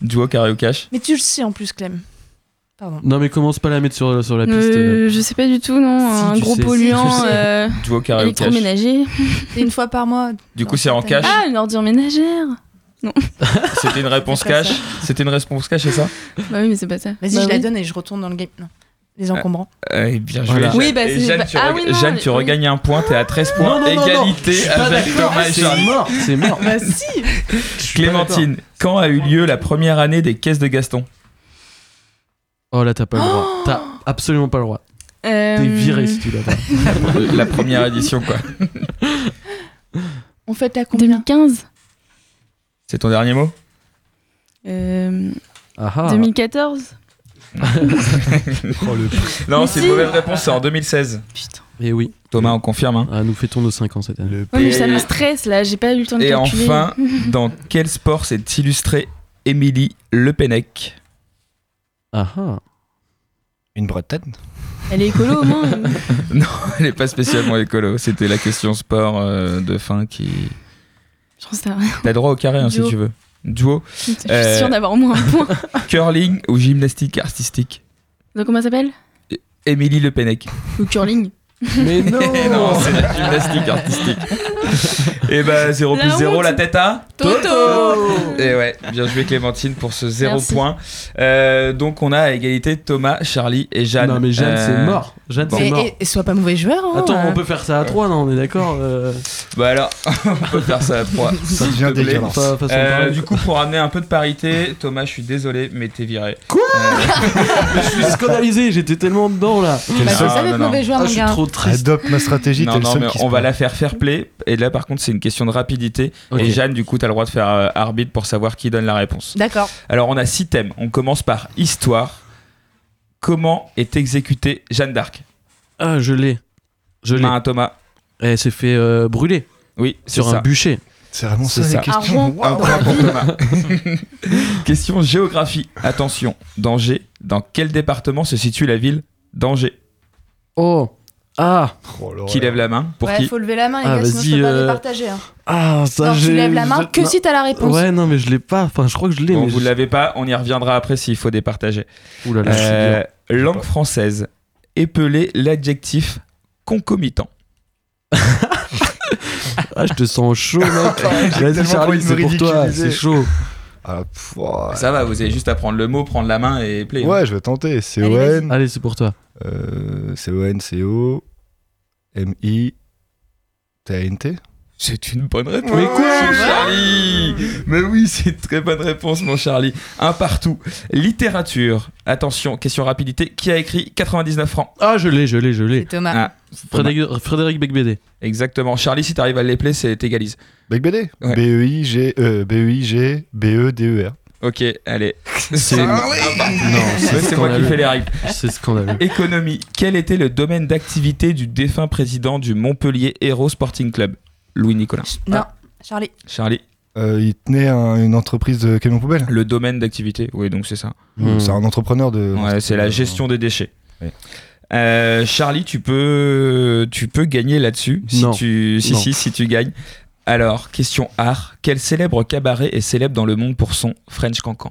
Duo carré au cash
Mais tu le sais en plus, Clem. Pardon.
Non, mais commence pas à la mettre sur, sur la piste. euh,
Euh, je sais pas du tout, non.
Si,
un
tu
gros
sais, si,
polluant
tu sais.
euh,
Duo carré au cash.
électroménager.
[laughs] C'est une fois par mois.
Du coup, c'est en cash.
Ah, une ordure ménagère. [laughs]
C'était une réponse
C'est pas
cash. C'était une réponse cash, c'est ça
Bah oui, mais c'est pas ça.
Vas-y,
Bah
je la
oui.
donne et je retourne dans le game. Non. Les encombrants.
Ah,
Eh bien, je
Voilà.
vais.
Oui, bah,
Et
c'est-
Jeanne, tu,
Ah
reg-
oui, non,
Jeanne,
mais-
tu regagnes un point, t'es à 13 points.
non, non, non. Je
Égalité
suis pas
avec
d'accord.
Thomas et
C'est
Charlie.
mort, c'est mort.
Bah si
Clémentine, quand a eu lieu la première année des caisses de Gaston
Oh là, t'as pas le droit. T'as
Oh.
absolument pas le droit.
Euh,
T'es viré si tu l'as pas.
La [laughs] première édition, quoi.
On fait la combien
2015
C'est ton dernier
[laughs]
mot
Oh,
euh,
Ah ah.
[laughs]
2014
Oh, le
Non,
Mais
c'est
si.
une mauvaise réponse, c'est en 2016.
Et Eh oui,
Thomas, on confirme. hein.
ah, nous fêtons nos 5 ans cette année.
Ouais, mais
Et-
ça me stresse là, j'ai pas eu le temps de
Et
calculer. [laughs]
enfin, dans quel sport s'est illustrée Émilie Le Pennec
Ah ah.
Une bretonne
Elle est écolo hein. au moins.
[laughs] Non, elle n'est pas spécialement écolo. C'était la question sport euh, de fin qui.
J'en sais rien.
T'as droit au carré hein, si
Duo.
tu veux. Duo,
Je suis
Euh.
sûre d'avoir au moins un point.
[laughs] curling ou gymnastique artistique
Donc comment ça s'appelle
Émilie Le Pennec.
Le curling.
[laughs]
[laughs]
Mais non,
Eh non, c'est la gymnastique artistique. Et bah 0
La
plus 0,
honte.
la tête à
Toto
Et ouais, bien joué Clémentine pour ce 0
Merci.
point. Euh, donc on a à égalité Thomas, Charlie et Jeanne.
Non, mais Jeanne, c'est
Euh,
mort. Jeanne,
bon.
c'est
Et-
mort.
et, et sois pas mauvais joueur. Hein,
[laughs] Attends,
euh.
on peut faire ça à 3, non On est d'accord euh,
Bah alors, [laughs] on peut faire ça à 3.
Ça devient dégueulasse.
fa- façon de
Euh,
parler.
du coup, pour amener un peu de parité, Thomas, je suis désolé, mais t'es viré.
Je suis scandalisé, j'étais tellement dedans là.
Bah,
Non,
c'est ça
non,
d'être
non.
Bah,
mauvais joueur,
Ah,
mon
je suis
gars.
trop triste.
Adopte ma stratégie,
Non,
t'es le
non,
seul
mais
qui se
on va
plaint.
la faire fair play. Et là, par contre, c'est une question de rapidité.
Ok.
Et Jeanne, du coup, t'as le droit de faire euh, arbitre pour savoir qui donne la réponse.
D'accord.
Alors, on a six thèmes. On commence par histoire. Comment est exécutée Jeanne d'Arc
Ah, je l'ai. Je l'ai.
Main à Thomas.
Elle s'est fait euh, brûler.
Oui, c'est
Sur
ça.
un bûcher.
C'est vraiment
C'est ça.
Ah,
Un point pour Thomas. [laughs] Question géographie. Attention, Danger. Dans quel département se situe la ville d'Angers
Oh Ah
Qui lève la main Pour
ouais,
qui
faut lever la main, les
Ah,
gars, sinon je peux
vas-y,
pas les
euh,
partager. hein.
Ah, ça
Alors, tu
j'ai.
lèves la main que
non.
si t'as la réponse.
Ouais, non, mais je l'ai pas. Enfin, je crois que je l'ai.
Bon,
mais
vous
je-
ne l'avez pas, on y reviendra après s'il faut départager.
Ouh là là,
Euh,
je suis dur.
langue française. Épeler l'adjectif concomitant.
[laughs] Ah, je te sens
[laughs]
chaud, mec. Vas-y, Charlie, c'est pour toi. C'est chaud.
Ah,
Ça va, vous avez juste à prendre le mot, prendre la main et hein. player.
Ouais, je vais tenter. C'est
Allez, vas-y.
O-N.
Allez, c'est pour toi.
C'est O-N, c O. M-I. T-A-N-T.
C'est une bonne réponse. Mais quoi, mon Charlie Mais oui, c'est une très bonne réponse, mon Charlie. Un partout. Littérature. Attention, question rapidité. Qui a écrit 99 francs
Ah, je l'ai, je l'ai, je l'ai.
C'est Thomas.
Ah,
Frédéric, Frédéric Becbédé.
Exactement. Charlie, si t'arrives à les player, c'est t'égalises.
BD B-E-I-G. euh, B-E-I-G. B-E-D-E-R.
Ok, allez. C'est
Ah
Non,
c'est
c'est moi qui
scandaleux.
fais les règles.
C'est scandaleux.
Économie. Quel était le domaine d'activité du défunt président du Montpellier Hero Sporting Club Louis Nicolas.
Non, Charlie.
Charlie.
Euh, il tenait un- une entreprise de camion poubelle.
Le domaine d'activité. Oui, donc c'est ça.
C'est un entrepreneur de.
Hmm. Ouais, c'est la gestion des déchets. Euh, Charlie, tu peux, tu peux gagner là-dessus si
Non.
tu, si,
Non.
si, si tu gagnes. Alors, question art. Quel célèbre cabaret est célèbre dans le monde pour son French Cancan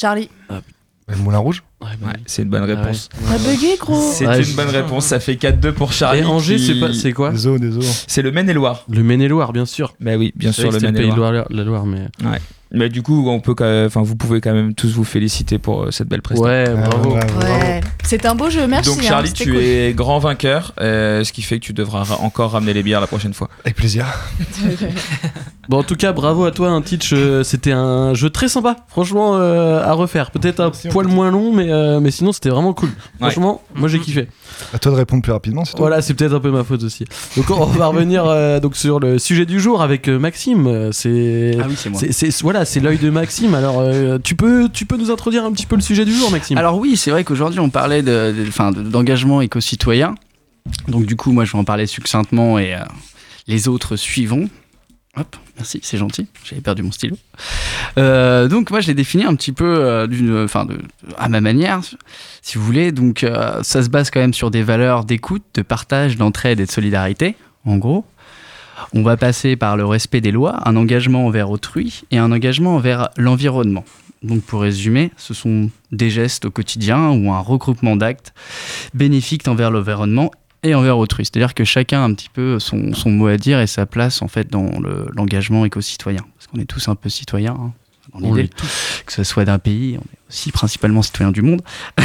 Charlie.
Le Ah, Moulin Rouge Ah,
Ouais, c'est une
Ah
bonne réponse.
T'as bugué, gros.
C'est
Ouais,
une
je-
bonne réponse. Ça fait 4-2 pour Charlie.
Et Angers,
qui-
c'est pas- c'est quoi
Des eaux, des eaux.
C'est le Maine-et-Loire.
Le Maine-et-Loire, bien sûr.
Bah oui, bien
Je savais
sûr,
que
le
c'était pays de
Maine-et-Loire.
Loire- la Loire, mais.
Ouais. Mais du coup, on peut, quand même- enfin, vous pouvez quand même tous vous féliciter pour euh, cette belle prestation.
Ouais,
Ah,
bravo.
Ouais. C'est un beau jeu, merci.
Donc
hein,
Charlie,
c'était
tu
cool.
es grand vainqueur, euh, ce qui fait que tu devras ra- encore ramener les bières la prochaine fois.
Avec plaisir.
[laughs] Bon, en tout cas, bravo à toi, un Teach. euh, C'était un jeu très sympa, franchement, euh, à refaire. Peut-être un poil moins long, mais, euh, mais sinon, c'était vraiment cool. Franchement, moi j'ai kiffé.
À toi de répondre plus rapidement, c'est tout.
Voilà, c'est peut-être un peu ma faute aussi. Donc, on va revenir euh, donc, sur le sujet du jour avec euh, Maxime. Euh, C'est.
Ah oui, c'est moi.
c'est- Voilà, c'est l'œil de Maxime. Alors, euh, tu, peux, tu peux nous introduire un petit peu le sujet du jour, Maxime
Alors oui, c'est vrai qu'aujourd'hui on parlait de- de- enfin, de- d'engagement éco-citoyen. Donc du coup, moi je vais en parler succinctement et euh, les autres suivons. Hop, merci, c'est gentil, j'avais perdu mon stylo. Euh, donc moi je l'ai défini un petit peu euh, d'une, enfin, de- à ma manière, si vous voulez. Donc euh, ça se base quand même sur des valeurs d'écoute, de partage, d'entraide et de solidarité, en gros. On va passer par le respect des lois, un engagement envers autrui et un engagement envers l'environnement. Donc pour résumer, ce sont des gestes au quotidien ou un regroupement d'actes bénéfiques envers l'environnement et envers autrui. C'est-à-dire que chacun a un petit peu son, son mot à dire et sa place en fait dans le- l'engagement éco-citoyen. Parce qu'on est tous un peu citoyens. hein, dans
On
l'idée.
l'est
Que ce soit d'un pays, on est aussi principalement citoyen du monde. [laughs]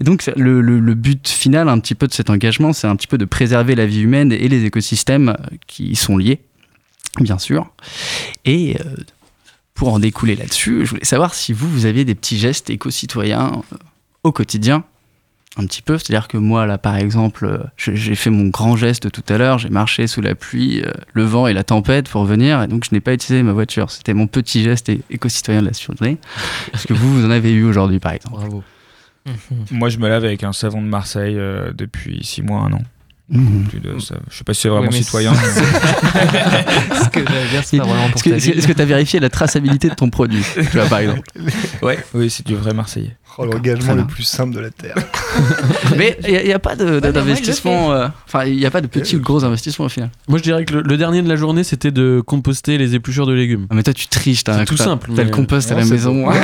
Et donc ça- le, le- le but final un petit peu de cet engagement, c'est un petit peu de préserver la vie humaine et les écosystèmes euh, qui y sont liés, bien sûr. Et euh, pour en découler là-dessus, je voulais savoir si vous, vous aviez des petits gestes éco-citoyens euh, au quotidien, un petit peu. C'est-à-dire que moi, là, par exemple, euh, je- j'ai fait mon grand geste tout à l'heure, j'ai marché sous la pluie, euh, le vent et la tempête pour venir, et donc je n'ai pas utilisé ma voiture. C'était mon petit geste é- éco-citoyen de la
[laughs]
journée. Est-ce que vous, vous en avez eu aujourd'hui, par exemple
Bravo.
Moi, je me lave avec un savon de Marseille euh, depuis 6 mois, un an.
Mhm.
Plus de ça. Je sais pas si c'est vraiment
Oui, mais
citoyen.
c'est-
[laughs]
Ce que j'allais dire, c'est pas vraiment pour
Est-ce que-
ta
est-ce que
ville.
est-ce que tu as vérifié la
[laughs]
traçabilité de ton produit, tu vois, par exemple
[laughs] ouais, oui, c'est du vrai Marseillais.
Oh, l'engagement le plus simple de la Terre.
[laughs]
[laughs]
Mais il n'y a, pas de-
Bah,
mais moi,
d'investissement, euh, enfin, il n'y a pas de petit ou de gros investissement au final.
Moi, je dirais que le, le dernier de la journée, c'était de composter les épluchures de légumes.
Ah, mais toi, tu triches, t'as
C'est
un-
tout
t'as-
simple.
t'as le
mais-
compost à la Non, c'est maison.
Ouais,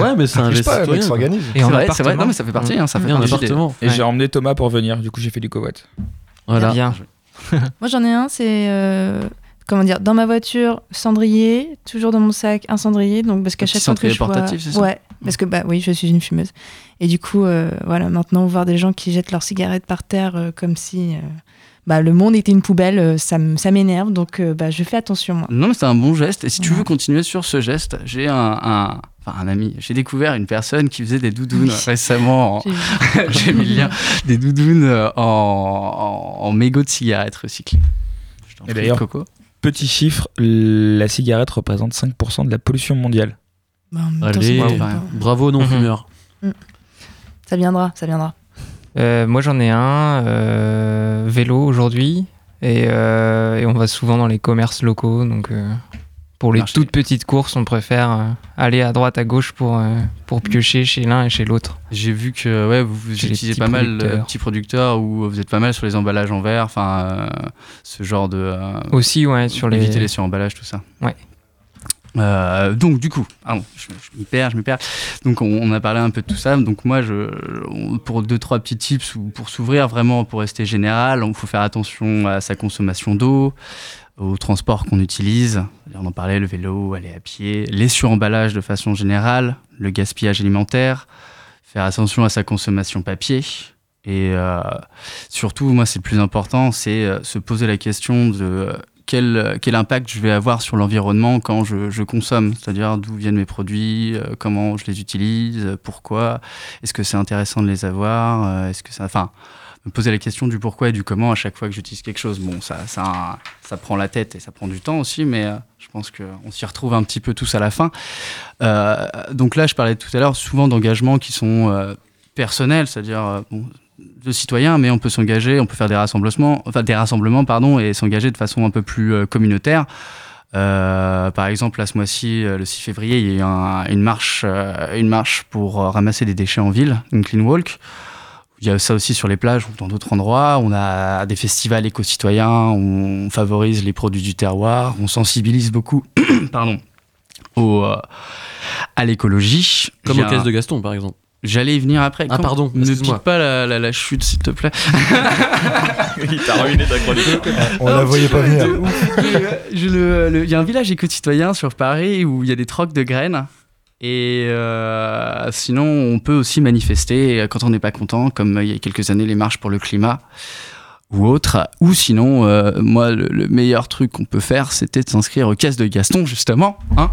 ouais, mais c'est un
Triche
geste
pas, le
citoyen.
mec s'organise.
quoi.
Et en C'est vrai, c'est vrai, non, mais ça fait partie, hein, ça fait
Et en
partie des-
appartement.
Et j'ai emmené Thomas pour venir, du coup j'ai fait du covoit.
Voilà.
Bien.
Moi, j'en ai un, c'est. euh, Comment dire, dans ma voiture, cendrier, toujours dans mon sac, un cendrier, donc parce qu'à
Un petit
chaque fois que
cendrier
je vois-
portatif, c'est ça
ouais, parce que bah oui, je suis une fumeuse, et du coup, euh, voilà, maintenant voir des gens qui jettent leurs cigarettes par terre euh, comme si, euh, bah, le monde était une poubelle, euh, ça m- ça m'énerve, donc euh, bah, je fais attention. Moi.
Non, mais c'est un bon geste. Et si tu veux continuer sur ce geste, j'ai un, un- enfin, un ami. J'ai découvert une personne qui faisait des doudounes
Oui.
récemment. en- [laughs] J'ai mis le lien. Des doudounes euh, en, en, en mégots de cigarettes recyclées. Je t'en
Et
prie,
d'ailleurs,
Coco.
petit chiffre, la cigarette représente 5% de la pollution mondiale.
Bah, en même temps, c'est pas- pas-
Bravo non-fumeur.
Mm. Ça viendra, ça viendra.
Euh, moi j'en ai un, euh, vélo aujourd'hui, et, euh, et on va souvent dans les commerces locaux, donc euh, pour les
Marché.
toutes petites courses on préfère euh, aller à droite à gauche pour, euh, pour piocher chez l'un et chez l'autre.
J'ai vu que ouais, vous, vous
Chez les
utilisez
petits
pas mal euh, de
producteurs.
petits producteurs ou vous êtes pas mal sur les emballages en verre, enfin euh, ce genre de. euh,
Aussi, ouais, sur les-
Éviter les sur-emballages, tout ça.
Ouais.
Euh, donc du coup, ah non, je, je m'y perds, je m'y perds. Donc on, on a parlé un peu de tout ça. Donc moi, je, on- pour deux trois petits tips ou pour s'ouvrir vraiment, pour rester général, il faut faire attention à sa consommation d'eau, au transport qu'on utilise. On en parlait, le vélo, aller à pied, les suremballages de façon générale, le gaspillage alimentaire, faire attention à sa consommation papier. Et euh, surtout, moi, c'est le plus important, c'est euh, se poser la question de euh, quel, quel impact je vais avoir sur l'environnement quand je, je consomme, c'est-à-dire d'où viennent mes produits, euh, comment je les utilise, euh, pourquoi, est-ce que c'est intéressant de les avoir, euh, est-ce que ça... Enfin, me poser la question du pourquoi et du comment à chaque fois que j'utilise quelque chose. Bon, ça, ça, ça prend la tête et ça prend du temps aussi, mais euh, je pense qu'on s'y retrouve un petit peu tous à la fin. Euh, donc là, je parlais tout à l'heure souvent d'engagements qui sont euh, personnels, c'est-à-dire euh, bon, de citoyens, mais on peut s'engager, on peut faire des rassemblements, enfin des rassemblements, pardon, et s'engager de façon un peu plus euh, communautaire. Euh, par exemple, là, ce mois-ci, euh, le 6 février, il y a eu un- une, marche, euh, une marche pour euh, ramasser des déchets en ville, une clean walk. Il y a ça aussi sur les plages ou dans d'autres endroits. On a des festivals éco-citoyens, on favorise les produits du terroir, on sensibilise beaucoup [coughs] pardon, au, euh, à l'écologie.
Comme
Il y
au
a-
caisse de Gaston, par
[laughs]
exemple.
J'allais y venir après.
Ah,
Quand-
pardon,
Ne
excuse-moi.
pique pas la, la- la chute, s'il te plaît. [laughs]
Il t'a ruiné ta chronique.
On
Ah,
la voyait pas venir.
De ouf. [laughs] Et, euh, je le- le- Il y a un village éco-citoyen sur Paris où il y a des trocs de graines. Et euh, sinon, on peut aussi manifester euh, quand on n'est pas content, comme euh, il y a quelques années les marches pour le climat ou autre. Ou sinon, euh, moi, le, le meilleur truc qu'on peut faire, c'était de s'inscrire aux caisses de Gaston, justement. Hein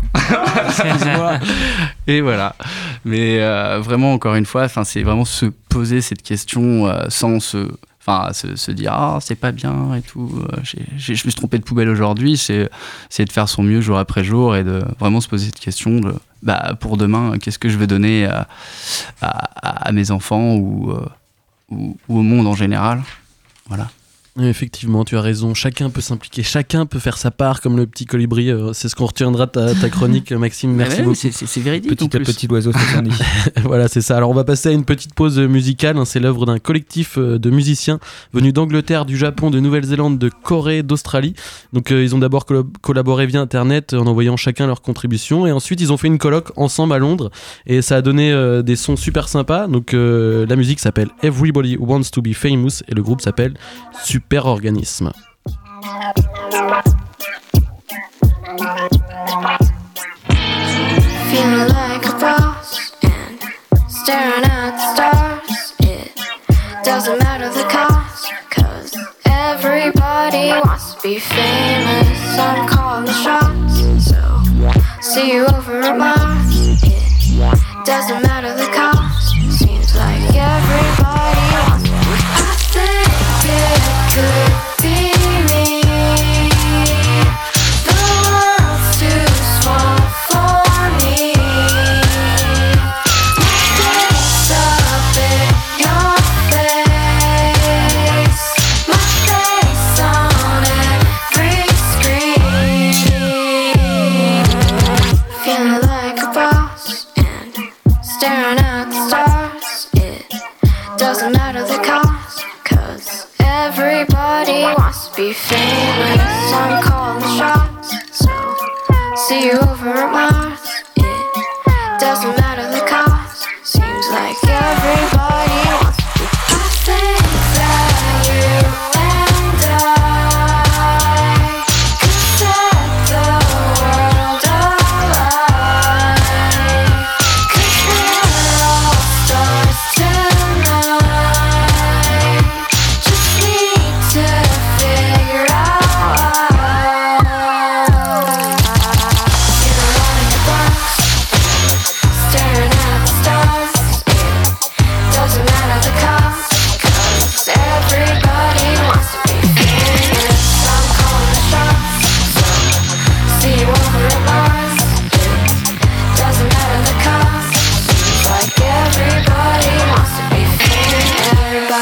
Excuse-moi. [laughs] Et voilà. Mais euh, vraiment, encore une fois, 'fin, c'est vraiment se poser cette question euh, sans se, 'fin, se, se dire Ah, c'est pas bien et tout. euh, j'ai- j'ai- je me suis trompé de poubelle aujourd'hui. C'est c'est de faire son mieux jour après jour et de vraiment se poser cette question de bah, pour demain, qu'est-ce que je vais donner à, à- à mes enfants ou, euh, ou- ou au monde en général Voilà.
Oui, Effectivement, tu as raison. Chacun peut s'impliquer, chacun peut faire sa part, comme le petit colibri. euh, C'est ce qu'on retiendra de ta, ta chronique, Maxime.
Mais
Merci
ouais, mais
beaucoup.
c'est- c'est- c'est véridique,
Petit en à plus. petit, l'oiseau s'attendit.
[laughs] voilà, c'est ça. Alors, on va passer à une petite pause musicale. hein. C'est l'œuvre d'un collectif euh, de musiciens venus d'Angleterre, du Japon, de Nouvelle-Zélande, de Corée, d'Australie. Donc, euh, ils ont d'abord collo- collaboré via Internet euh, en envoyant chacun leur contribution. Et ensuite, ils ont fait une colloque ensemble à Londres. Et ça a donné euh, des sons super sympas. Donc, euh, la musique s'appelle Everybody Wants to Be Famous et le groupe s'appelle Super Organisme.
Feeling like a boss and staring at the stars. It doesn't matter the cost, cause everybody wants to be famous. I'm calling the shots, so see you over at Mars. It doesn't matter the cost, seems like everybody wants to be. I think it could be me. The world's too small for me. Face up in your face, my face on every screen. Feeling like a boss and staring at the stars. It doesn't matter the cost, 'cause everybody wants to be famous. I'm calling the shots, so see you over at Mars. It doesn't matter the cost, seems like everybody wants to be. I think that you and I could set the world alight. Just need to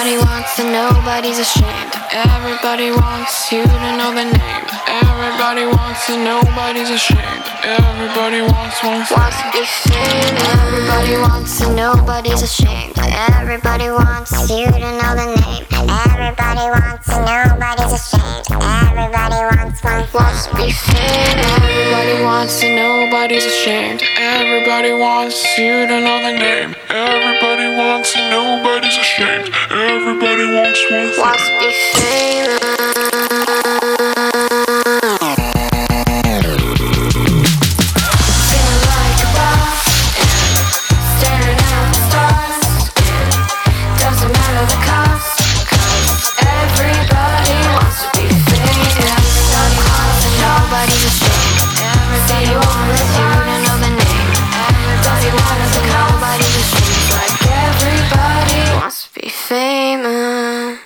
Nobody's ashamed. Everybody wants you to know the name. Everybody wants and nobody's ashamed. Everybody wants, wants, wants to get
ashamed. Everybody wants and nobody's ashamed. Everybody wants you to know the name. Everybody wants and nobody's ashamed. Everybody wants one.
Wants to be famous. Everybody wants and nobody's ashamed. Everybody wants you to know the name. Everybody wants and nobody's ashamed. Everybody wants one. Wants to be famous.
Feeling like a boss and staring at the stars. It doesn't matter the cost, 'cause everybody wants to be famous. Everybody wants and nobody's ashamed. Everybody wants you to know the name. Everybody wants and nobody's ashamed. Like everybody wants to be famous.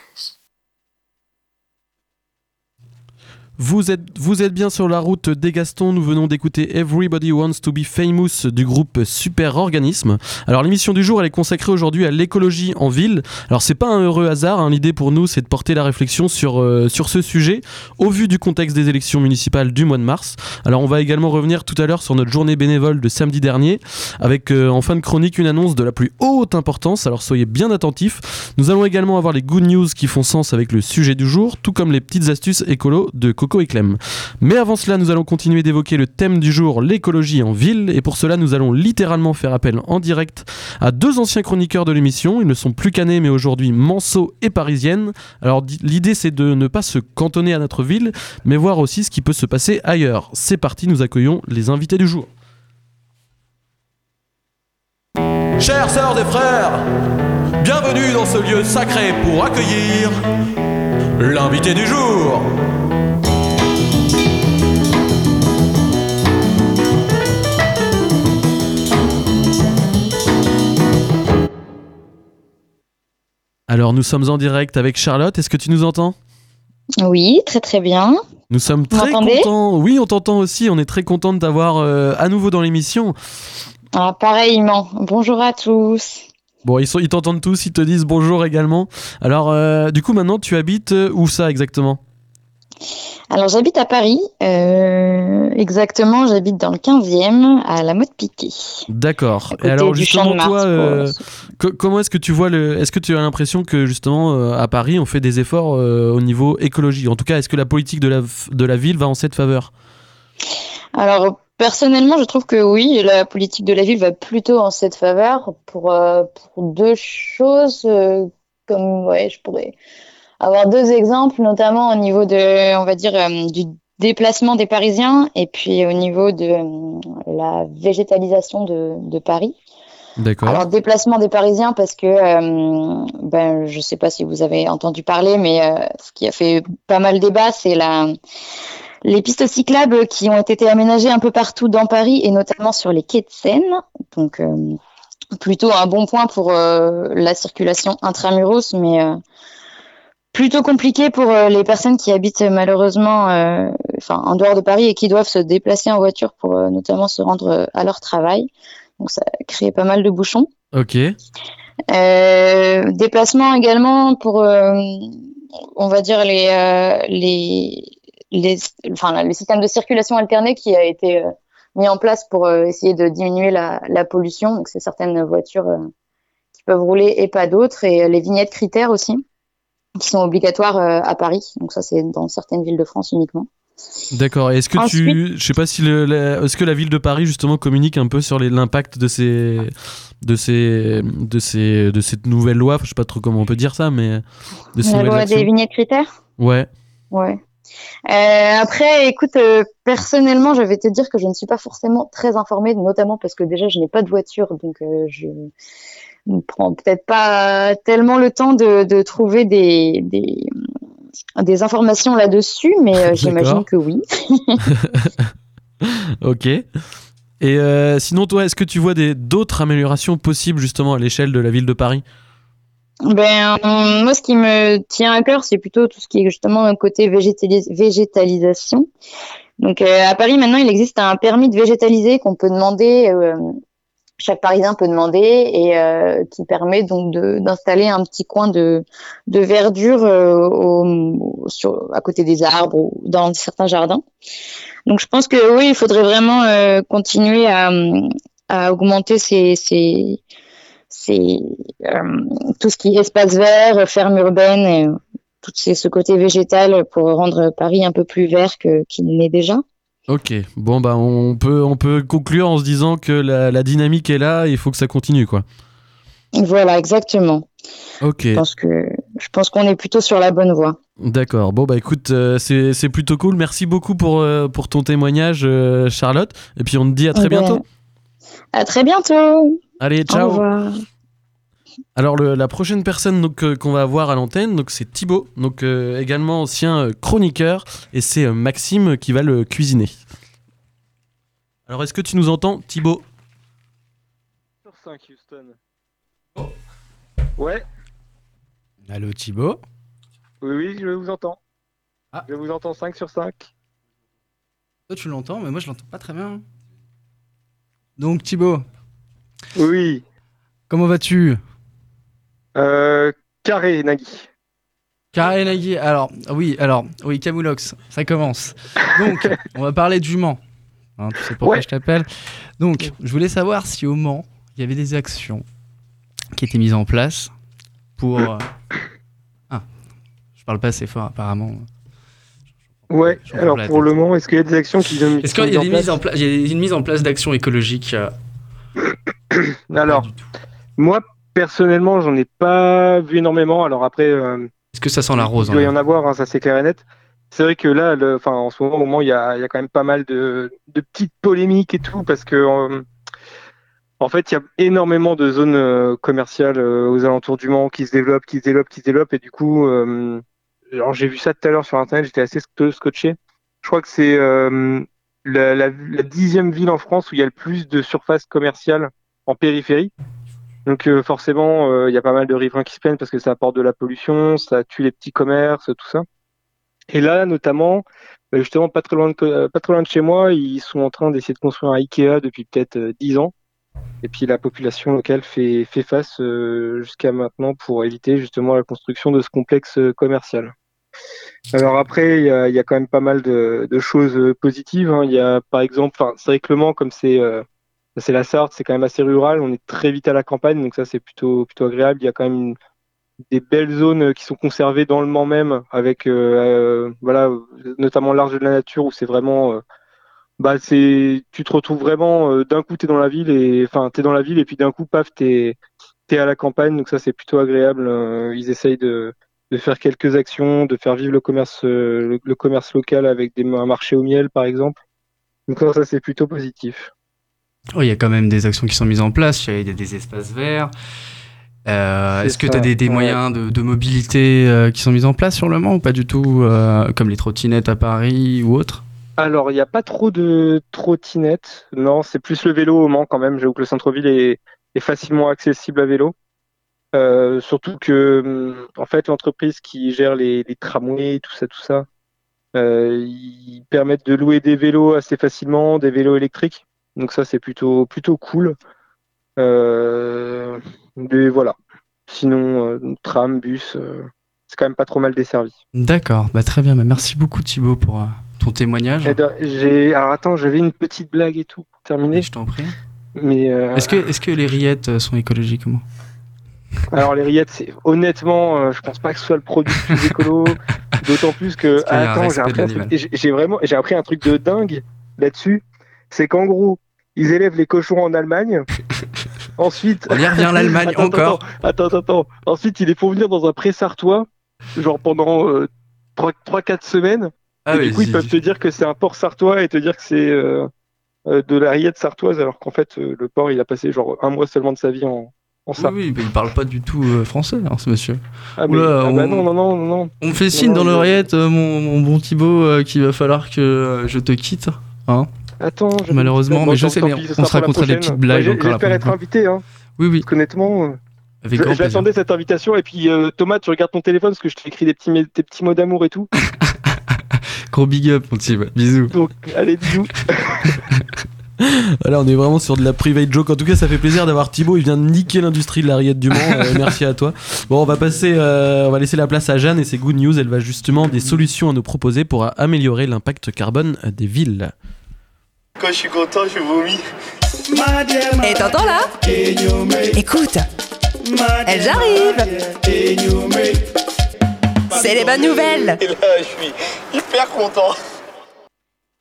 Vous êtes, vous êtes bien sur la route des Gastons, nous venons d'écouter Everybody Wants to be Famous du groupe Super Organisme. Alors l'émission du jour elle est consacrée aujourd'hui à l'écologie en ville. Alors c'est pas un heureux hasard, hein. l'idée pour nous c'est de porter la réflexion sur, euh, sur ce sujet au vu du contexte des élections municipales du mois de mars. Alors on va également revenir tout à l'heure sur notre journée bénévole de samedi dernier avec euh, en fin de chronique une annonce de la plus haute importance, alors soyez bien attentifs. Nous allons également avoir les good news qui font sens avec le sujet du jour, tout comme les petites astuces écolo de Coco et Clem. Mais avant cela, nous allons continuer d'évoquer le thème du jour, l'écologie en ville, et pour cela, nous allons littéralement faire appel en direct à deux anciens chroniqueurs de l'émission. Ils ne sont plus canés, mais aujourd'hui Manceau et Parisienne. Alors di- l'idée, c'est de ne pas se cantonner à notre ville, mais voir aussi ce qui peut se passer ailleurs. C'est parti, nous accueillons les invités du jour.
Chères sœurs et frères, bienvenue dans ce lieu sacré pour accueillir l'invité du jour.
Alors nous sommes en direct avec Charlotte, est-ce que tu nous entends
Oui, très très bien.
Nous sommes
Vous
très
m'entendez
contents. Oui, on t'entend aussi. On est très contents de t'avoir euh, à nouveau dans l'émission.
Ah, pareillement. Bonjour à tous.
Bon, ils sont- ils t'entendent tous. Ils te disent bonjour également. Alors, euh, du coup, maintenant, tu habites euh, où ça exactement
Alors j'habite à Paris, euh, exactement, j'habite dans le 15e, à la Motte Piquet.
D'accord.
côté
Et alors,
du Champ de
justement,
Mars,
toi,
pour,
euh,
euh,
co- comment est-ce que tu vois le Est-ce que tu as l'impression que justement euh, à Paris, on fait des efforts euh, au niveau écologie En tout cas, est-ce que la politique de la f- de la ville va en cette faveur
Alors personnellement, je trouve que oui, la politique de la ville va plutôt en cette faveur pour, euh, pour deux choses, euh, comme ouais, je pourrais avoir deux exemples, notamment au niveau de, on va dire, euh, du déplacement des Parisiens et puis au niveau de euh, la végétalisation de, de Paris. Alors, déplacement des Parisiens, parce que euh, ben, je ne sais pas si vous avez entendu parler, mais euh, ce qui a fait pas mal débat, c'est la... les pistes cyclables qui ont été aménagées un peu partout dans Paris et notamment sur les quais de Seine. Donc, euh, plutôt un bon point pour euh, la circulation intramuros, mais euh, plutôt compliqué pour euh, les personnes qui habitent euh, malheureusement euh, enfin, en dehors de Paris et qui doivent se déplacer en voiture pour euh, notamment se rendre euh, à leur travail. Donc, ça crée pas mal de bouchons.
Ok.
Euh, déplacement également pour, euh, on va dire, les, euh, les, les, enfin, le système de circulation alternée qui a été euh, mis en place pour euh, essayer de diminuer la, la pollution. Donc, c'est certaines voitures euh, qui peuvent rouler et pas d'autres. Et euh, les vignettes critères aussi, qui sont obligatoires euh, à Paris. Donc, ça, c'est dans certaines villes de France uniquement.
D'accord. Et Est-ce que tu, je sais pas si le, la- est-ce que la ville de Paris justement communique un peu sur les- l'impact de ces, de ces, de ces, de cette nouvelle loi. Enfin, Je sais pas trop comment on peut dire ça, mais de ces
La
nouvelles
loi
actions.
des vignettes critères
Ouais.
Ouais. Euh, après, écoute, euh, personnellement, je vais te dire que je ne suis pas forcément très informée, notamment parce que déjà, je n'ai pas de voiture, donc euh, je ne prends peut-être pas tellement le temps de, de trouver des, des, des informations là-dessus, mais euh, j'imagine
D'accord.
que oui.
Ok. Et euh, sinon, toi, est-ce que tu vois des d'autres améliorations possibles justement à l'échelle de la ville de Paris
Ben, euh, moi, ce qui me tient à cœur, c'est plutôt tout ce qui est justement un côté végétalis- végétalisation. Donc, euh, à Paris, maintenant, il existe un permis de végétaliser qu'on peut demander euh, chaque Parisien peut demander et euh, qui permet donc de- d'installer un petit coin de, de verdure euh, au- sur, à côté des arbres ou dans certains jardins. Donc je pense que oui, il faudrait vraiment euh, continuer à, hum, à augmenter ces, ces, ces, euh, tout ce qui est espace vert, ferme urbaine, et, euh, tout ces- ce côté végétal pour rendre Paris un peu plus vert que- qu'il n'est déjà.
Ok, bon bah on peut, on peut conclure en se disant que la, la dynamique est là et il faut que ça continue quoi.
Voilà, exactement.
Ok.
Je pense que je pense qu'on est plutôt sur la bonne voie.
D'accord. Bon, bah écoute, euh, c'est c'est plutôt cool. Merci beaucoup pour, euh, pour ton témoignage, euh, Charlotte. Et puis on te dit à très
Eh ben,
bientôt.
À très bientôt.
Allez,
Au
ciao.
revoir.
Alors, le- la prochaine personne donc, euh, qu'on va avoir à l'antenne, donc c'est Thibaut, donc euh, également ancien euh, chroniqueur. Et c'est euh, Maxime qui va le cuisiner. Alors, est-ce que tu nous entends, Thibaut
Sur 5, Houston. Ouais,
Allô Thibaut
oui, oui, je vous entends.
Ah.
Je vous entends 5 sur 5.
Toi tu l'entends, mais moi je l'entends pas très bien. Donc Thibaut
Oui.
Comment vas-tu
Euh, carré, Nagui.
Carré Nagui, alors oui, alors oui, Camoulox, ça commence. Donc on va parler du Mans. Hein, tu sais pourquoi
Ouais.
je t'appelle. Donc je voulais savoir si au Mans il y avait des actions qui étaient mises en place pour. euh, [coughs] Ah, je parle pas assez fort apparemment.
Ouais,
J'en prends
alors
la
pour
tête.
le moment, est-ce qu'il y a des actions qui donnent
Est-ce qu'il y a des mises en pla- il y a une mise en place d'actions écologiques euh,
Alors, moi, personnellement, j'en ai pas vu énormément. Alors après. euh,
Est-ce que ça sent la rose
Il doit y
hein
en avoir, hein, ça c'est clair et net. C'est vrai que là, le, enfin, en ce moment, au moins, il y a, il y a quand même pas mal de, de petites polémiques et tout, parce que euh, en fait, il y a énormément de zones euh, commerciales euh, aux alentours du Mans qui se développent, qui se développent, qui se développent, et du coup, euh, alors j'ai vu ça tout à l'heure sur internet, j'étais assez sc- scotché. Je crois que c'est euh, la, la- la dixième ville en France où il y a le plus de surface commerciale en périphérie. Donc euh, forcément, euh, il y a pas mal de riverains qui se plaignent parce que ça apporte de la pollution, ça tue les petits commerces, tout ça. Et là, notamment, euh, justement, pas très loin de, euh, pas très loin de chez moi, ils sont en train d'essayer de construire un Ikea depuis peut-être euh, 10 ans. Et puis la population locale fait, fait face euh, jusqu'à maintenant pour éviter justement la construction de ce complexe euh, commercial. Alors après, il y, a- il y a quand même pas mal de, de choses euh, positives. hein. Il y a par exemple, enfin, c'est vrai que le Mans, comme c'est euh, c'est la Sarthe, c'est quand même assez rural. On est très vite à la campagne, donc ça c'est plutôt plutôt agréable. Il y a quand même une- des belles zones euh, qui sont conservées dans le Mans même, avec euh, euh, voilà, notamment l'arche de la nature où c'est vraiment, euh, bah c'est, tu te retrouves vraiment euh, d'un coup t'es dans la ville et enfin t'es dans la ville et puis d'un coup paf t'es t'es à la campagne, donc ça c'est plutôt agréable. Euh, ils essayent de de faire quelques actions, de faire vivre le commerce euh, le, le commerce local avec des un marché au miel par exemple. Donc ça, ça c'est plutôt positif.
Oh, Il y a quand même des actions qui sont mises en place. Il y a des espaces verts. Euh,
C'est
Est-ce que
ça,
tu as des, des
ouais.
moyens de, de mobilité euh, qui sont mis en place sur le Mans ou pas du tout, euh, comme les trottinettes à Paris ou autres
Alors, il n'y a pas trop de trottinettes. Non, c'est plus le vélo au Mans quand même. J'avoue que le centre-ville est, est facilement accessible à vélo. Euh, surtout que, hum, en fait, l'entreprise qui gère les, les tramways, tout ça, tout ça, euh, ils permettent de louer des vélos assez facilement, des vélos électriques. Donc ça, c'est plutôt plutôt cool. Euh, mais voilà. Sinon, euh, tram, bus, euh, c'est quand même pas trop mal desservi.
D'accord, bah, très bien. Bah, merci beaucoup Thibaut pour euh, ton témoignage.
Eh ben, j'ai... Alors attends, j'avais une petite blague et tout pour terminer.
Je t'en prie.
Mais euh,
Est-ce que, est que les rillettes euh, sont écologiques ou
alors les rillettes, c'est... honnêtement, euh, je pense pas que ce soit le produit le plus
[laughs]
écolo. D'autant plus que
Parce qu'il y a un
attends, j'ai
respect de
appris, un
l'animal.
truc- j'ai- j'ai vraiment j'ai appris un truc de dingue là-dessus. C'est qu'en gros, ils élèvent les cochons en Allemagne. Ensuite,
On y revient, l'Allemagne,
Attends,
encore.
Attends, attends, attends.
Oh,
Ensuite, il est pour venir dans un pré sartois, genre pendant euh, 3-4 semaines.
Ah
et
oui,
du coup, ils
si,
peuvent te dire que c'est un port sartois et te dire que c'est euh, euh, de la rillette sartoise, alors qu'en fait, euh, le port, il a passé genre un mois seulement de sa vie en, en
Oui,
Sarthe.
oui, mais il parle pas du tout euh, français, hein, ce monsieur.
Ah, mais-
Oula,
ah bah
on-
non, non, non, non, non.
On me fait
Non,
signe dans
non,
l'oreillette, euh, mon, mon bon Thibaut, euh, qu'il va falloir que euh, je te quitte. Hein
Attends, je-
Malheureusement,
Bon,
mais je
tant-
sais,
tant
mais
pis, ce sera
on se
pour la
racontera des
prochaine.
petites
Bah,
blagues
j'ai-
encore la
J'espère être
prochaine fois.
invité. Hein.
Oui, oui.
Honnêtement, euh,
Avec
je-
grand plaisir.
j'attendais cette invitation. Et puis, euh, Thomas, tu regardes ton téléphone parce que je t'ai écrit des petits, mé- des petits mots d'amour et tout.
Gros big up, mon Thibaut. Bisous.
Donc, allez, bisous.
Voilà, on est vraiment sur de la private joke. En tout cas, ça fait plaisir d'avoir Thibaut. Il vient de niquer l'industrie de la rillette
[laughs]
du Mans. Euh, merci à toi. Bon, on va passer, euh, on va laisser la place à Jeanne et ses good news. Elle va justement des solutions à nous proposer pour améliorer l'impact carbone des villes.
Quand je suis content, je vomis.
Et t'entends là Écoute, elles arrivent C'est les bonnes nouvelles
Et là, [laughs] je suis hyper content.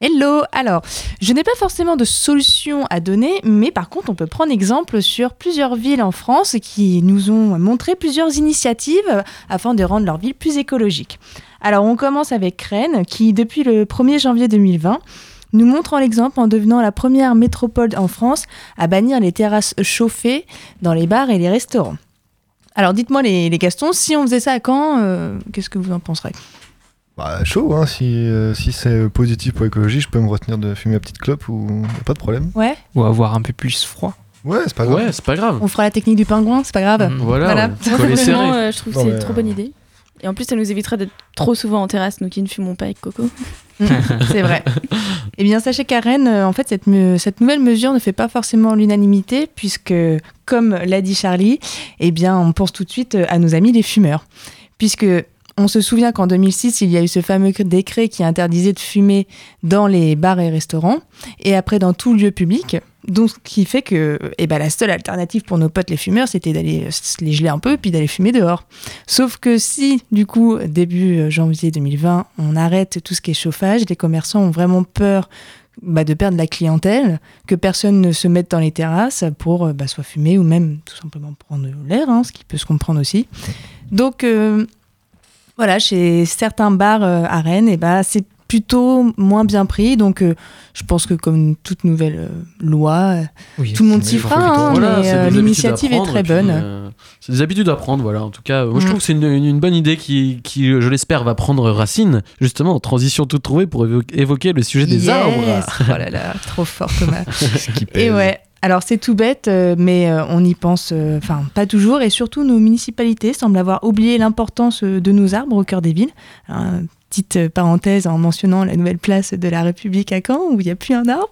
Hello Alors, je n'ai pas forcément de solution à donner, mais par contre, on peut prendre exemple sur plusieurs villes en France qui nous ont montré plusieurs initiatives afin de rendre leur ville plus écologique. Alors, on commence avec Rennes, qui, depuis le 1er janvier 2020, nous montre en l'exemple en devenant la première métropole en France à bannir les terrasses chauffées dans les bars et les restaurants. Alors, dites-moi, les, les Gastons, si on faisait ça à Caen, euh, qu'est-ce que vous en penserez
Bah, chaud, hein, si, euh, si c'est positif pour l'écologie, je peux me retenir de fumer ma petite clope ou y a pas de problème.
Ouais
Ou avoir un peu plus froid.
Ouais, c'est pas grave.
Ouais, c'est pas grave. Mm,
On fera la technique du pingouin, c'est pas grave.
voilà, ouais.
Moi,
Faut les
personnellement,
serrer.
euh, je trouve que
Non,
c'est
mais,
une trop bonne idée. Et en plus, ça nous éviterait d'être trop souvent en terrasse, nous qui ne fumons pas avec Coco.
[laughs]
[laughs]
C'est vrai. Eh bien, sachez qu'à Rennes, euh, en fait, cette, me- cette nouvelle mesure ne fait pas forcément l'unanimité, puisque, comme l'a dit Charlie, eh bien, on pense tout de suite euh, à nos amis les fumeurs. Puisque on se souvient qu'en 2006, il y a eu ce fameux décret qui interdisait de fumer dans les bars et restaurants, et après dans tout lieu public. Donc, ce qui fait que eh ben, la seule alternative pour nos potes les fumeurs, c'était d'aller euh, se les geler un peu, puis d'aller fumer dehors. Sauf que si, du coup, début euh, janvier 2020, on arrête tout ce qui est chauffage, les commerçants ont vraiment peur bah, de perdre la clientèle, que personne ne se mette dans les terrasses pour euh, bah, soit fumer ou même tout simplement prendre l'air, hein, ce qui peut se comprendre aussi. Donc, euh, voilà, chez certains bars euh, à Rennes, et bah, c'est plutôt moins bien pris. Donc, euh, je pense que comme toute nouvelle euh, loi, euh,
Oui,
tout le monde
c'est
s'y
vrai,
fera, hein,
Voilà,
mais
c'est des
euh,
habitudes
l'initiative
à
est
prendre,
très
et puis,
bonne.
euh, c'est des habitudes à prendre, voilà. En tout cas, moi, je
Mm.
trouve que c'est une, une- une bonne idée qui, qui, je l'espère, va prendre racine, justement, en transition toute trouvée pour évo- évoquer le sujet des
Yes.
arbres.
Oh
[laughs]
là là, trop fort Thomas. et ouais. Alors c'est tout bête, euh, mais euh, on y pense, euh, enfin pas toujours, et surtout nos municipalités semblent avoir oublié l'importance euh, de nos arbres au cœur des villes. Alors, euh, petite euh, parenthèse en mentionnant la nouvelle place de la République à Caen où il n'y a plus un arbre.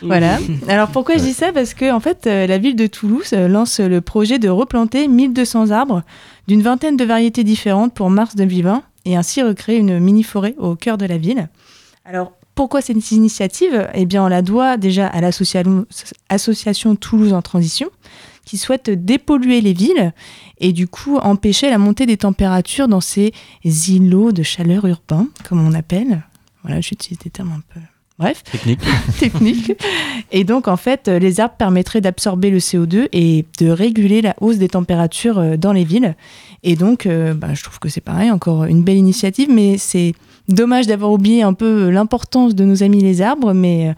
Voilà. [laughs] Alors pourquoi je dis ça Parce que en fait euh, la ville de Toulouse euh, lance le projet de replanter 1200 arbres d'une vingtaine de variétés différentes pour mars 2020 et ainsi recréer une mini forêt au cœur de la ville. Alors, pourquoi cette initiative Eh bien, on la doit déjà à l'association association Toulouse en transition, qui souhaite dépolluer les villes et du coup empêcher la montée des températures dans ces îlots de chaleur urbains, comme on appelle. Voilà, j'utilise des termes un peu... Bref.
Technique.
[laughs] Technique. Et donc, en fait, euh, les arbres permettraient d'absorber le CO2 et de réguler la hausse des températures euh, dans les villes. Et donc, euh, bah, je trouve que c'est pareil, encore une belle initiative, mais c'est dommage d'avoir oublié un peu euh, l'importance de nos amis les arbres, mais euh,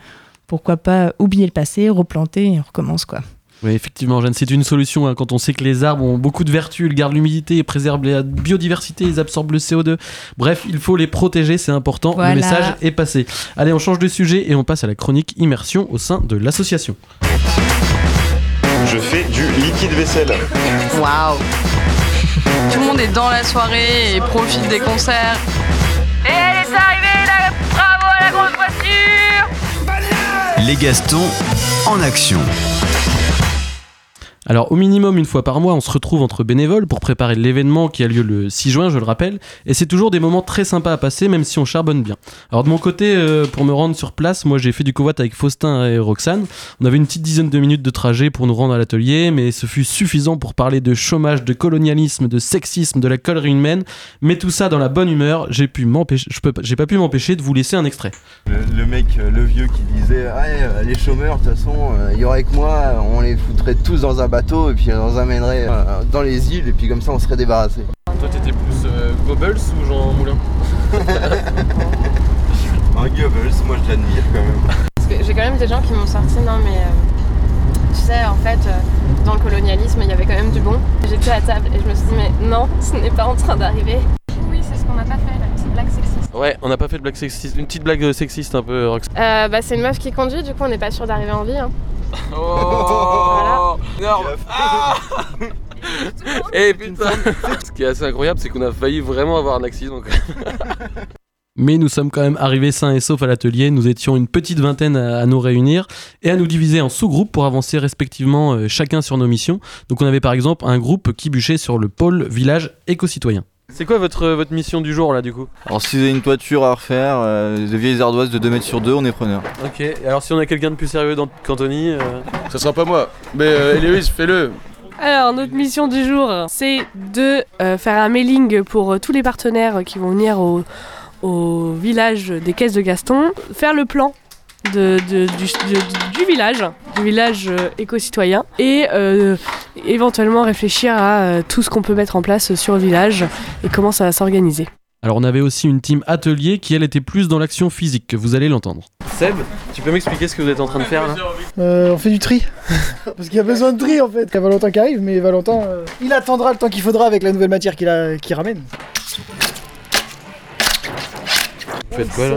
pourquoi pas oublier le passé, replanter et on recommence, quoi.
Oui, effectivement, Jeanne, c'est une solution hein, quand on sait que les arbres ont beaucoup de vertus, ils gardent l'humidité, ils préservent la biodiversité, ils absorbent le CO2. Bref, il faut les protéger, c'est important.
Voilà.
Le message est passé. Allez, on change de sujet et on passe à la chronique immersion au sein de l'association.
Je fais du liquide vaisselle.
Waouh Tout le monde est dans la soirée et profite des concerts. Et elle est arrivée, là Bravo à la grosse voiture
Les Gastons en action.
Alors au minimum une fois par mois, on se retrouve entre bénévoles pour préparer l'événement qui a lieu le 6 juin, je le rappelle, et c'est toujours des moments très sympas à passer même si on charbonne bien. Alors de mon côté, euh, pour me rendre sur place, moi j'ai fait du covoit avec Faustin et Roxane. On avait une petite dizaine de minutes de trajet pour nous rendre à l'atelier, mais ce fut suffisant pour parler de chômage, de colonialisme, de sexisme, de la collerie humaine, mais tout ça dans la bonne humeur, j'ai pu m'empêcher je peux pas- j'ai pas pu m'empêcher de vous laisser un extrait.
Le, le mec, euh, le vieux qui disait Ouais, euh, les chômeurs, de toute façon, euh, il y aurait que moi, euh, on les foutrait tous dans un bateau et puis on les amènerait euh, dans les îles et puis comme ça on serait débarrassé.
Toi, t'étais plus
euh,
Goebbels ou Jean
[laughs]
Moulin
[laughs] Un Goebbels, moi je l'admire quand même.
Parce que j'ai quand même des gens qui m'ont sorti, non mais euh, tu sais, en fait, euh, dans le colonialisme, il y avait quand même du bon. J'étais à table et je me suis dit, mais non, [laughs] ce n'est pas en train d'arriver. Oui, c'est ce qu'on n'a pas fait, la petite blague sexiste.
Ouais, on n'a pas fait de blague sexiste, une petite blague euh, sexiste un peu Roxane.
Euh, bah, c'est une meuf qui conduit, du coup, on n'est pas sûr d'arriver en vie. Hein.
Oh Énorme
[laughs]
Eh putain Ce qui est assez incroyable, c'est qu'on a failli vraiment avoir un accident.
Mais nous sommes quand même arrivés sains et saufs à l'atelier. Nous étions une petite vingtaine à, à nous réunir et à nous diviser en sous-groupes pour avancer respectivement euh, chacun sur nos missions. Donc on avait par exemple un groupe qui bûchait sur le pôle village éco-citoyen.
C'est quoi votre,
euh,
votre mission du jour là du coup
Alors si vous avez une toiture à refaire, euh, de vieilles ardoises de 2 mètres sur 2, on est preneur.
Ok, alors si on a quelqu'un de plus sérieux dans- qu'Anthony. euh,
Ça sera pas moi, mais euh, Héloïse, fais-le.
Alors, notre mission du jour, c'est de euh, faire un mailing pour euh, tous les partenaires qui vont venir au, au village des caisses de Gaston, faire le plan. de- de- du, de- du village, du village euh, éco-citoyen, et euh, éventuellement réfléchir à euh, tout ce qu'on peut mettre en place sur le village et comment ça va s'organiser.
Alors on avait aussi une team atelier qui elle était plus dans l'action physique, que vous allez l'entendre.
Seb, tu peux m'expliquer ce que vous êtes en train de faire là
Euh, on fait du tri. [laughs] Parce qu'il y a besoin de tri en fait. Il y a Valentin qui arrive, mais Valentin, euh, il attendra le temps qu'il faudra avec la nouvelle matière qu'il a- qu'il ramène.
Vous faites quoi là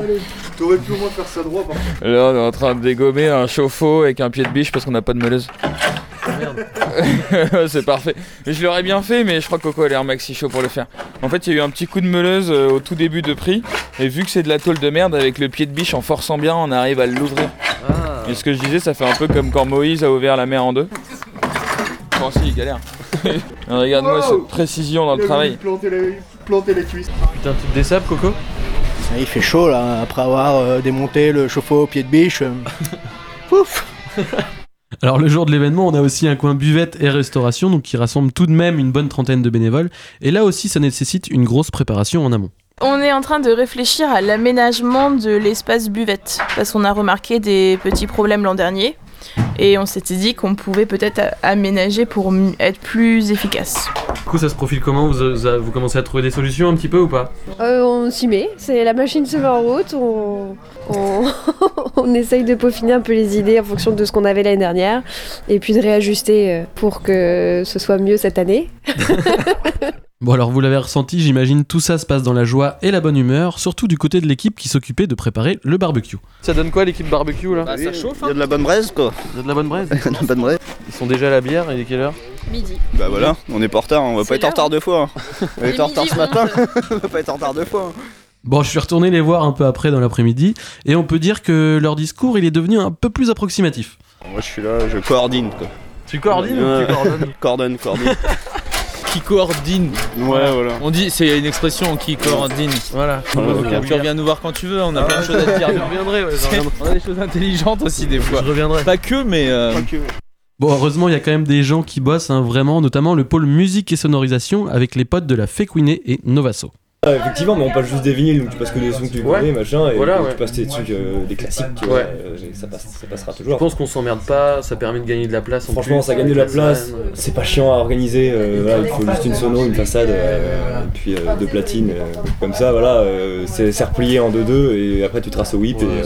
T'aurais pu au moins faire ça droit, par
Là, on est en train de dégommer un chauffe-eau avec un pied de biche parce qu'on n'a pas de meuleuse. [laughs] c'est parfait. Je l'aurais bien fait, mais je crois que Coco a l'air maxi chaud pour le faire. En fait, il y a eu un petit coup de meuleuse euh, au tout début de prix, et vu que c'est de la tôle de merde, avec le pied de biche en forçant bien, on arrive à l'ouvrir.
Ah.
Et ce que je disais, ça fait un peu comme quand Moïse a ouvert la mer en deux. Francis, il
[laughs]
galère. Regarde-moi
Wow
cette précision dans le travail.
Planter les, planter les cuisses.
Putain, tu te dessapes, Coco
Il fait chaud là, après avoir euh, démonté le chauffe-eau au pied de biche. euh, Pouf
Alors le jour de l'événement, on a aussi un coin buvette et restauration, donc qui rassemble tout de même une bonne trentaine de bénévoles. Et là aussi, ça nécessite une grosse préparation en amont.
On est en train de réfléchir à l'aménagement de l'espace buvette, parce qu'on a remarqué des petits problèmes l'an dernier, et on s'était dit qu'on pouvait peut-être a- aménager pour m- être plus efficace.
Du coup, ça se profile comment vous, euh, vous- vous commencez à trouver des solutions un petit peu ou pas
Euh, on s'y met, c'est la machine se met en route, on, on, [laughs] on essaye de peaufiner un peu les idées en fonction de ce qu'on avait l'année dernière et puis de réajuster euh, pour que ce soit mieux cette année.
Bon alors vous l'avez ressenti, j'imagine tout ça se passe dans la joie et la bonne humeur, surtout du côté de l'équipe qui s'occupait de préparer le barbecue.
Ça donne quoi l'équipe barbecue là
Bah, ça chauffe,
Il y a de la bonne braise quoi Il y a de la bonne braise
Pas [laughs] de vrai.
Ils sont déjà à la bière, il est quelle heure
Midi.
Bah voilà, on est pas en retard, hein, on va pas être en retard deux fois. hein. On
Il
est en
est
retard ce
midi
matin, [laughs] on va pas être en retard deux fois. hein.
Bon je suis retourné les voir un peu après dans l'après-midi et on peut dire que leur discours il est devenu un peu plus approximatif.
hein.
Moi je suis là, je coordonne quoi.
Tu coordines ou tu coordonnes
[laughs] Coordonne, coordonne.
Qui coordine
Ouais, voilà.
On dit, c'est une expression qui coordine. Voilà.
Voilà, ok.
Tu reviens nous voir quand tu veux, on a plein de choses à te
[laughs]
dire.
Je reviendrai, ouais, je
C'est-
reviendrai.
On a des choses intelligentes aussi des fois.
Je reviendrai.
Pas que, mais. euh,
Bon heureusement il y a quand même des gens qui bossent hein, vraiment, notamment le pôle musique et sonorisation avec les potes de la Féquiné et Novasso.
Ah, effectivement, mais on passe juste des vinyles, donc tu passes que des sons que tu
Ouais.
connais, machin, et
Voilà,
donc
ouais.
tu passes des trucs, euh, des classiques, tu vois,
Ouais.
euh, ça, passe- ça passera
Je
toujours.
pense qu'on s'emmerde pas, ça permet de gagner de la place. en
Franchement,
plus.
ça gagne de la
Ouais,
place,
ouais.
c'est pas chiant à organiser, euh, voilà, il faut juste une sono, une façade, euh, et puis euh, deux platines, euh, comme ça, voilà, euh, c'est c'est replié en 2-2, et après tu traces au whip, et, euh,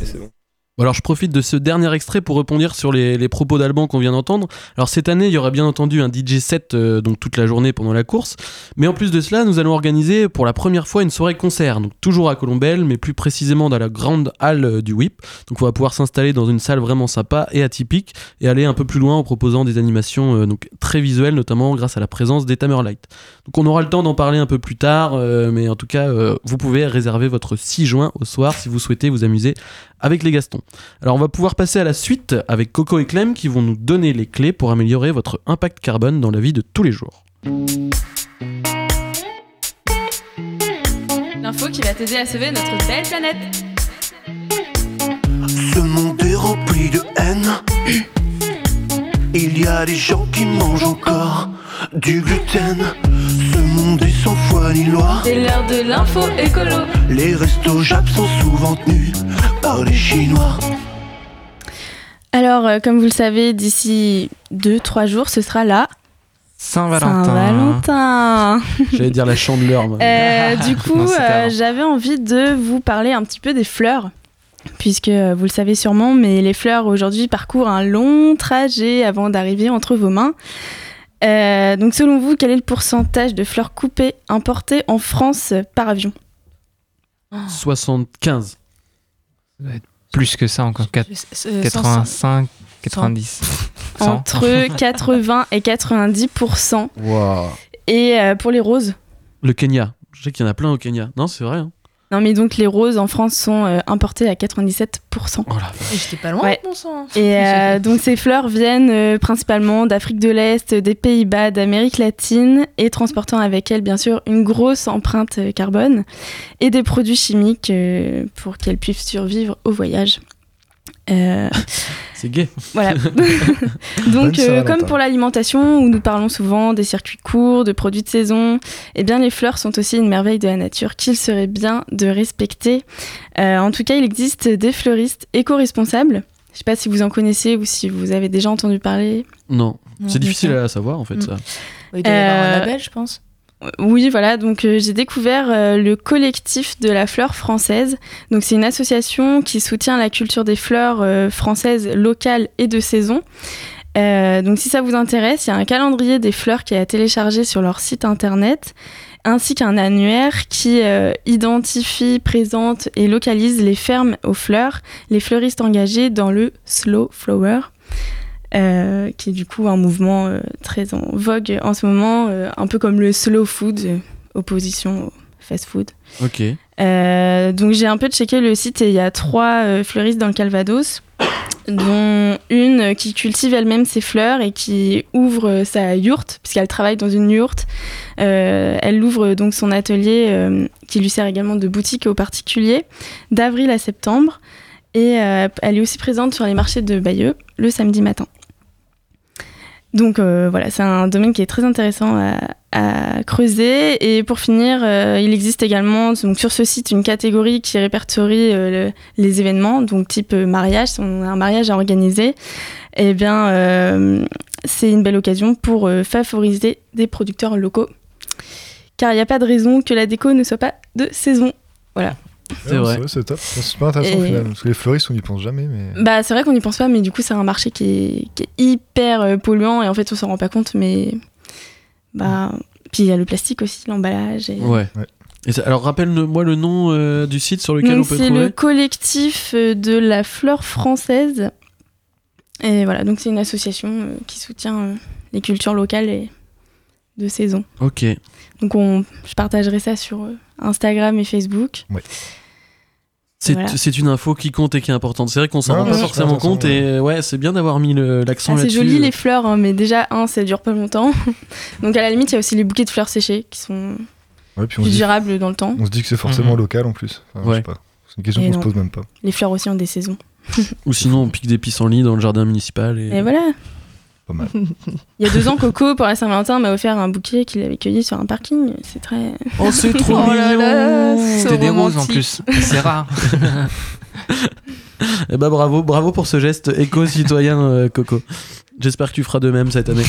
et c'est bon.
Bon, Alors je profite de ce dernier extrait pour rebondir sur les, les propos d'Alban qu'on vient d'entendre. Alors cette année, il y aura bien entendu un DJ set euh, donc toute la journée pendant la course, mais en plus de cela, nous allons organiser pour la première fois une soirée concert, donc toujours à Colombelle, mais plus précisément dans la grande halle euh, du WIP. Donc on va pouvoir s'installer dans une salle vraiment sympa et atypique et aller un peu plus loin en proposant des animations euh, donc très visuelles, notamment grâce à la présence des Tamerlight. Donc on aura le temps d'en parler un peu plus tard, euh, mais en tout cas, euh, vous pouvez réserver votre 6 juin au soir si vous souhaitez vous amuser avec les Gastons. Alors on va pouvoir passer à la suite avec Coco et Clem qui vont nous donner les clés pour améliorer votre impact carbone dans la vie de tous les jours.
L'info qui va t'aider à sauver notre belle planète.
Ce monde est rempli de haine. Il y a des gens qui mangent encore du gluten. Ce monde est sans foi ni loi.
C'est l'heure de l'info écolo.
Les restos Jap sont souvent tenus par les Chinois.
Alors, euh, comme vous le savez, d'ici 2-3 jours, ce sera la
Saint-Valentin.
Saint-Valentin. [laughs]
J'allais dire la chandeleur. moi.
Euh,
[laughs]
[laughs]
du coup,
Non, c'était
euh,
avant.
j'avais envie de vous parler un petit peu des fleurs. Puisque euh, vous le savez sûrement, mais les fleurs aujourd'hui parcourent un long trajet avant d'arriver entre vos mains. Euh, donc selon vous, quel est le pourcentage de fleurs coupées importées en France par avion
75.
Plus que ça encore, quatre-
euh,
85, 90. 100. [laughs]
Entre 80 et 90 Et euh, pour les roses
Le Kenya. Je sais qu'il y en a plein au Kenya. Non, c'est vrai. hein.
Non, mais donc les roses en France sont euh, importées à 97%.
Et j'étais pas loin,
Ouais.
bon sang. [laughs]
Et euh, donc ces fleurs viennent euh, principalement d'Afrique de l'Est, des Pays-Bas, d'Amérique latine et transportant avec elles bien sûr une grosse empreinte euh, carbone et des produits chimiques euh, pour qu'elles puissent survivre au voyage. Euh,
C'est gay.
[laughs]
voilà. Donc, euh, comme pour l'alimentation, où nous parlons souvent des circuits courts, de produits de saison, eh bien, les fleurs sont aussi une merveille de la nature qu'il serait bien de respecter. Euh, en tout cas, il existe des fleuristes éco-responsables. Je ne sais pas si vous en connaissez ou si vous avez déjà entendu parler.
Non,
Non,
c'est
bien
difficile
sûr.
à savoir en fait ça.
Mm. Il doit y avoir un
Euh,
label, je pense.
Oui, voilà, donc euh, j'ai découvert euh, le collectif de la fleur française. Donc c'est une association qui soutient la culture des fleurs euh, françaises locales et de saison. Euh, donc si ça vous intéresse, il y a un calendrier des fleurs qui est à télécharger sur leur site internet, ainsi qu'un annuaire qui euh, identifie, présente et localise les fermes aux fleurs, les fleuristes engagés dans le slow flower euh, qui est du coup un mouvement euh, très en vogue en ce moment, euh, un peu comme le slow food, euh, opposition au fast food.
Ok.
Euh, donc j'ai un peu checké le site et il y a trois euh, fleuristes dans le Calvados, dont une euh, qui cultive elle-même ses fleurs et qui ouvre euh, sa yourte, puisqu'elle travaille dans une yourte. Euh, elle ouvre euh, donc son atelier euh, qui lui sert également de boutique aux particuliers d'avril à septembre. Et euh, elle est aussi présente sur les marchés de Bayeux le samedi matin. Donc euh, voilà, c'est un domaine qui est très intéressant à, à creuser. Et pour finir, euh, il existe également donc, sur ce site une catégorie qui répertorie euh, le- les événements, donc type euh, mariage, si on a un mariage à organiser, eh bien euh, c'est une belle occasion pour euh, favoriser des producteurs locaux. Car il n'y a pas de raison que la déco ne soit pas de saison. Voilà.
Ouais, C'est top. C'est pas intéressant au
Et-
final. Parce que les fleuristes, on n'y pense jamais. Mais...
Bah, c'est vrai qu'on n'y pense pas, mais du coup, c'est un marché qui est, qui est hyper euh, polluant et en fait, on s'en rend pas compte, mais. Bah. Puis il y a le plastique aussi, l'emballage. Et...
Ouais. Et ça- alors rappelle-moi le nom euh, du site sur lequel
Donc,
on peut
c'est le
trouver.
collectif euh, de la fleur française. Et voilà, donc c'est une association euh, qui soutient euh, les cultures locales et de saison.
Ok.
Donc on, je partagerai ça sur euh, Instagram et Facebook.
C'est
Voilà.
c'est une info qui compte et qui est importante. C'est vrai qu'on s'en
Ouais,
rend pas
ouais,
forcément
ouais,
compte et euh, ouais, c'est bien d'avoir mis le- l'accent
Ah, c'est
là-dessus.
joli les fleurs, hein, mais déjà, un, ça dure pas longtemps. [laughs] donc à la limite, il y a aussi les bouquets de fleurs séchées qui sont
Ouais, puis on,
plus
se dit,
durables dans le temps.
on se dit que c'est forcément
Mhm.
local en plus. Enfin, je
Ouais.
sais pas. C'est une question
Et
qu'on se
non.
pose même pas.
Les fleurs aussi ont des saisons.
Ou sinon on pique des pissenlits dans le jardin municipal et,
Et voilà.
Pas mal.
[laughs]
Il y a deux ans, Coco, pour la Saint-Valentin, m'a offert un bouquet qu'il avait cueilli sur un parking. C'est très.
Oh,
[laughs]
c'est trop Oh là mignon. là, c'est
C'était des roses en
romantique.
plus. Ah, C'est rare.
[laughs] Eh bah bravo, bravo pour ce geste éco-citoyen, euh, Coco. J'espère que tu feras de même cette
[laughs]
année.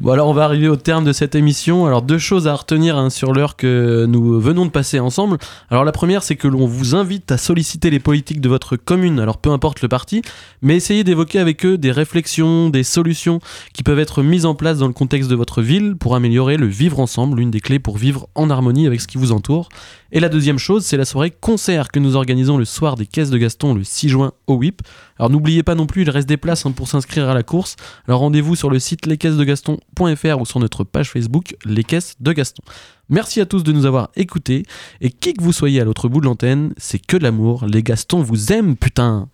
bon alors on va arriver au terme de cette émission. Alors deux choses à retenir hein, sur l'heure que nous venons de passer ensemble. Alors la première c'est que l'on vous invite à solliciter les politiques de votre commune, alors peu importe le parti, mais essayez d'évoquer avec eux des réflexions, des solutions qui peuvent être mises en place dans le contexte de votre ville pour améliorer le vivre ensemble, l'une des clés pour vivre en harmonie avec ce qui vous entoure. Et la deuxième chose, c'est la soirée concert que nous organisons le soir des caisses de Gaston le 6 juin au WIP. Alors n'oubliez pas non plus, il reste des places hein, pour s'inscrire à la course. Alors rendez-vous sur le site lescaissesdegaston.fr ou sur notre page Facebook Les Caisses de Gaston. Merci à tous de nous avoir écoutés. Et qui que vous soyez à l'autre bout de l'antenne, c'est que de l'amour. Les Gastons vous aiment, putain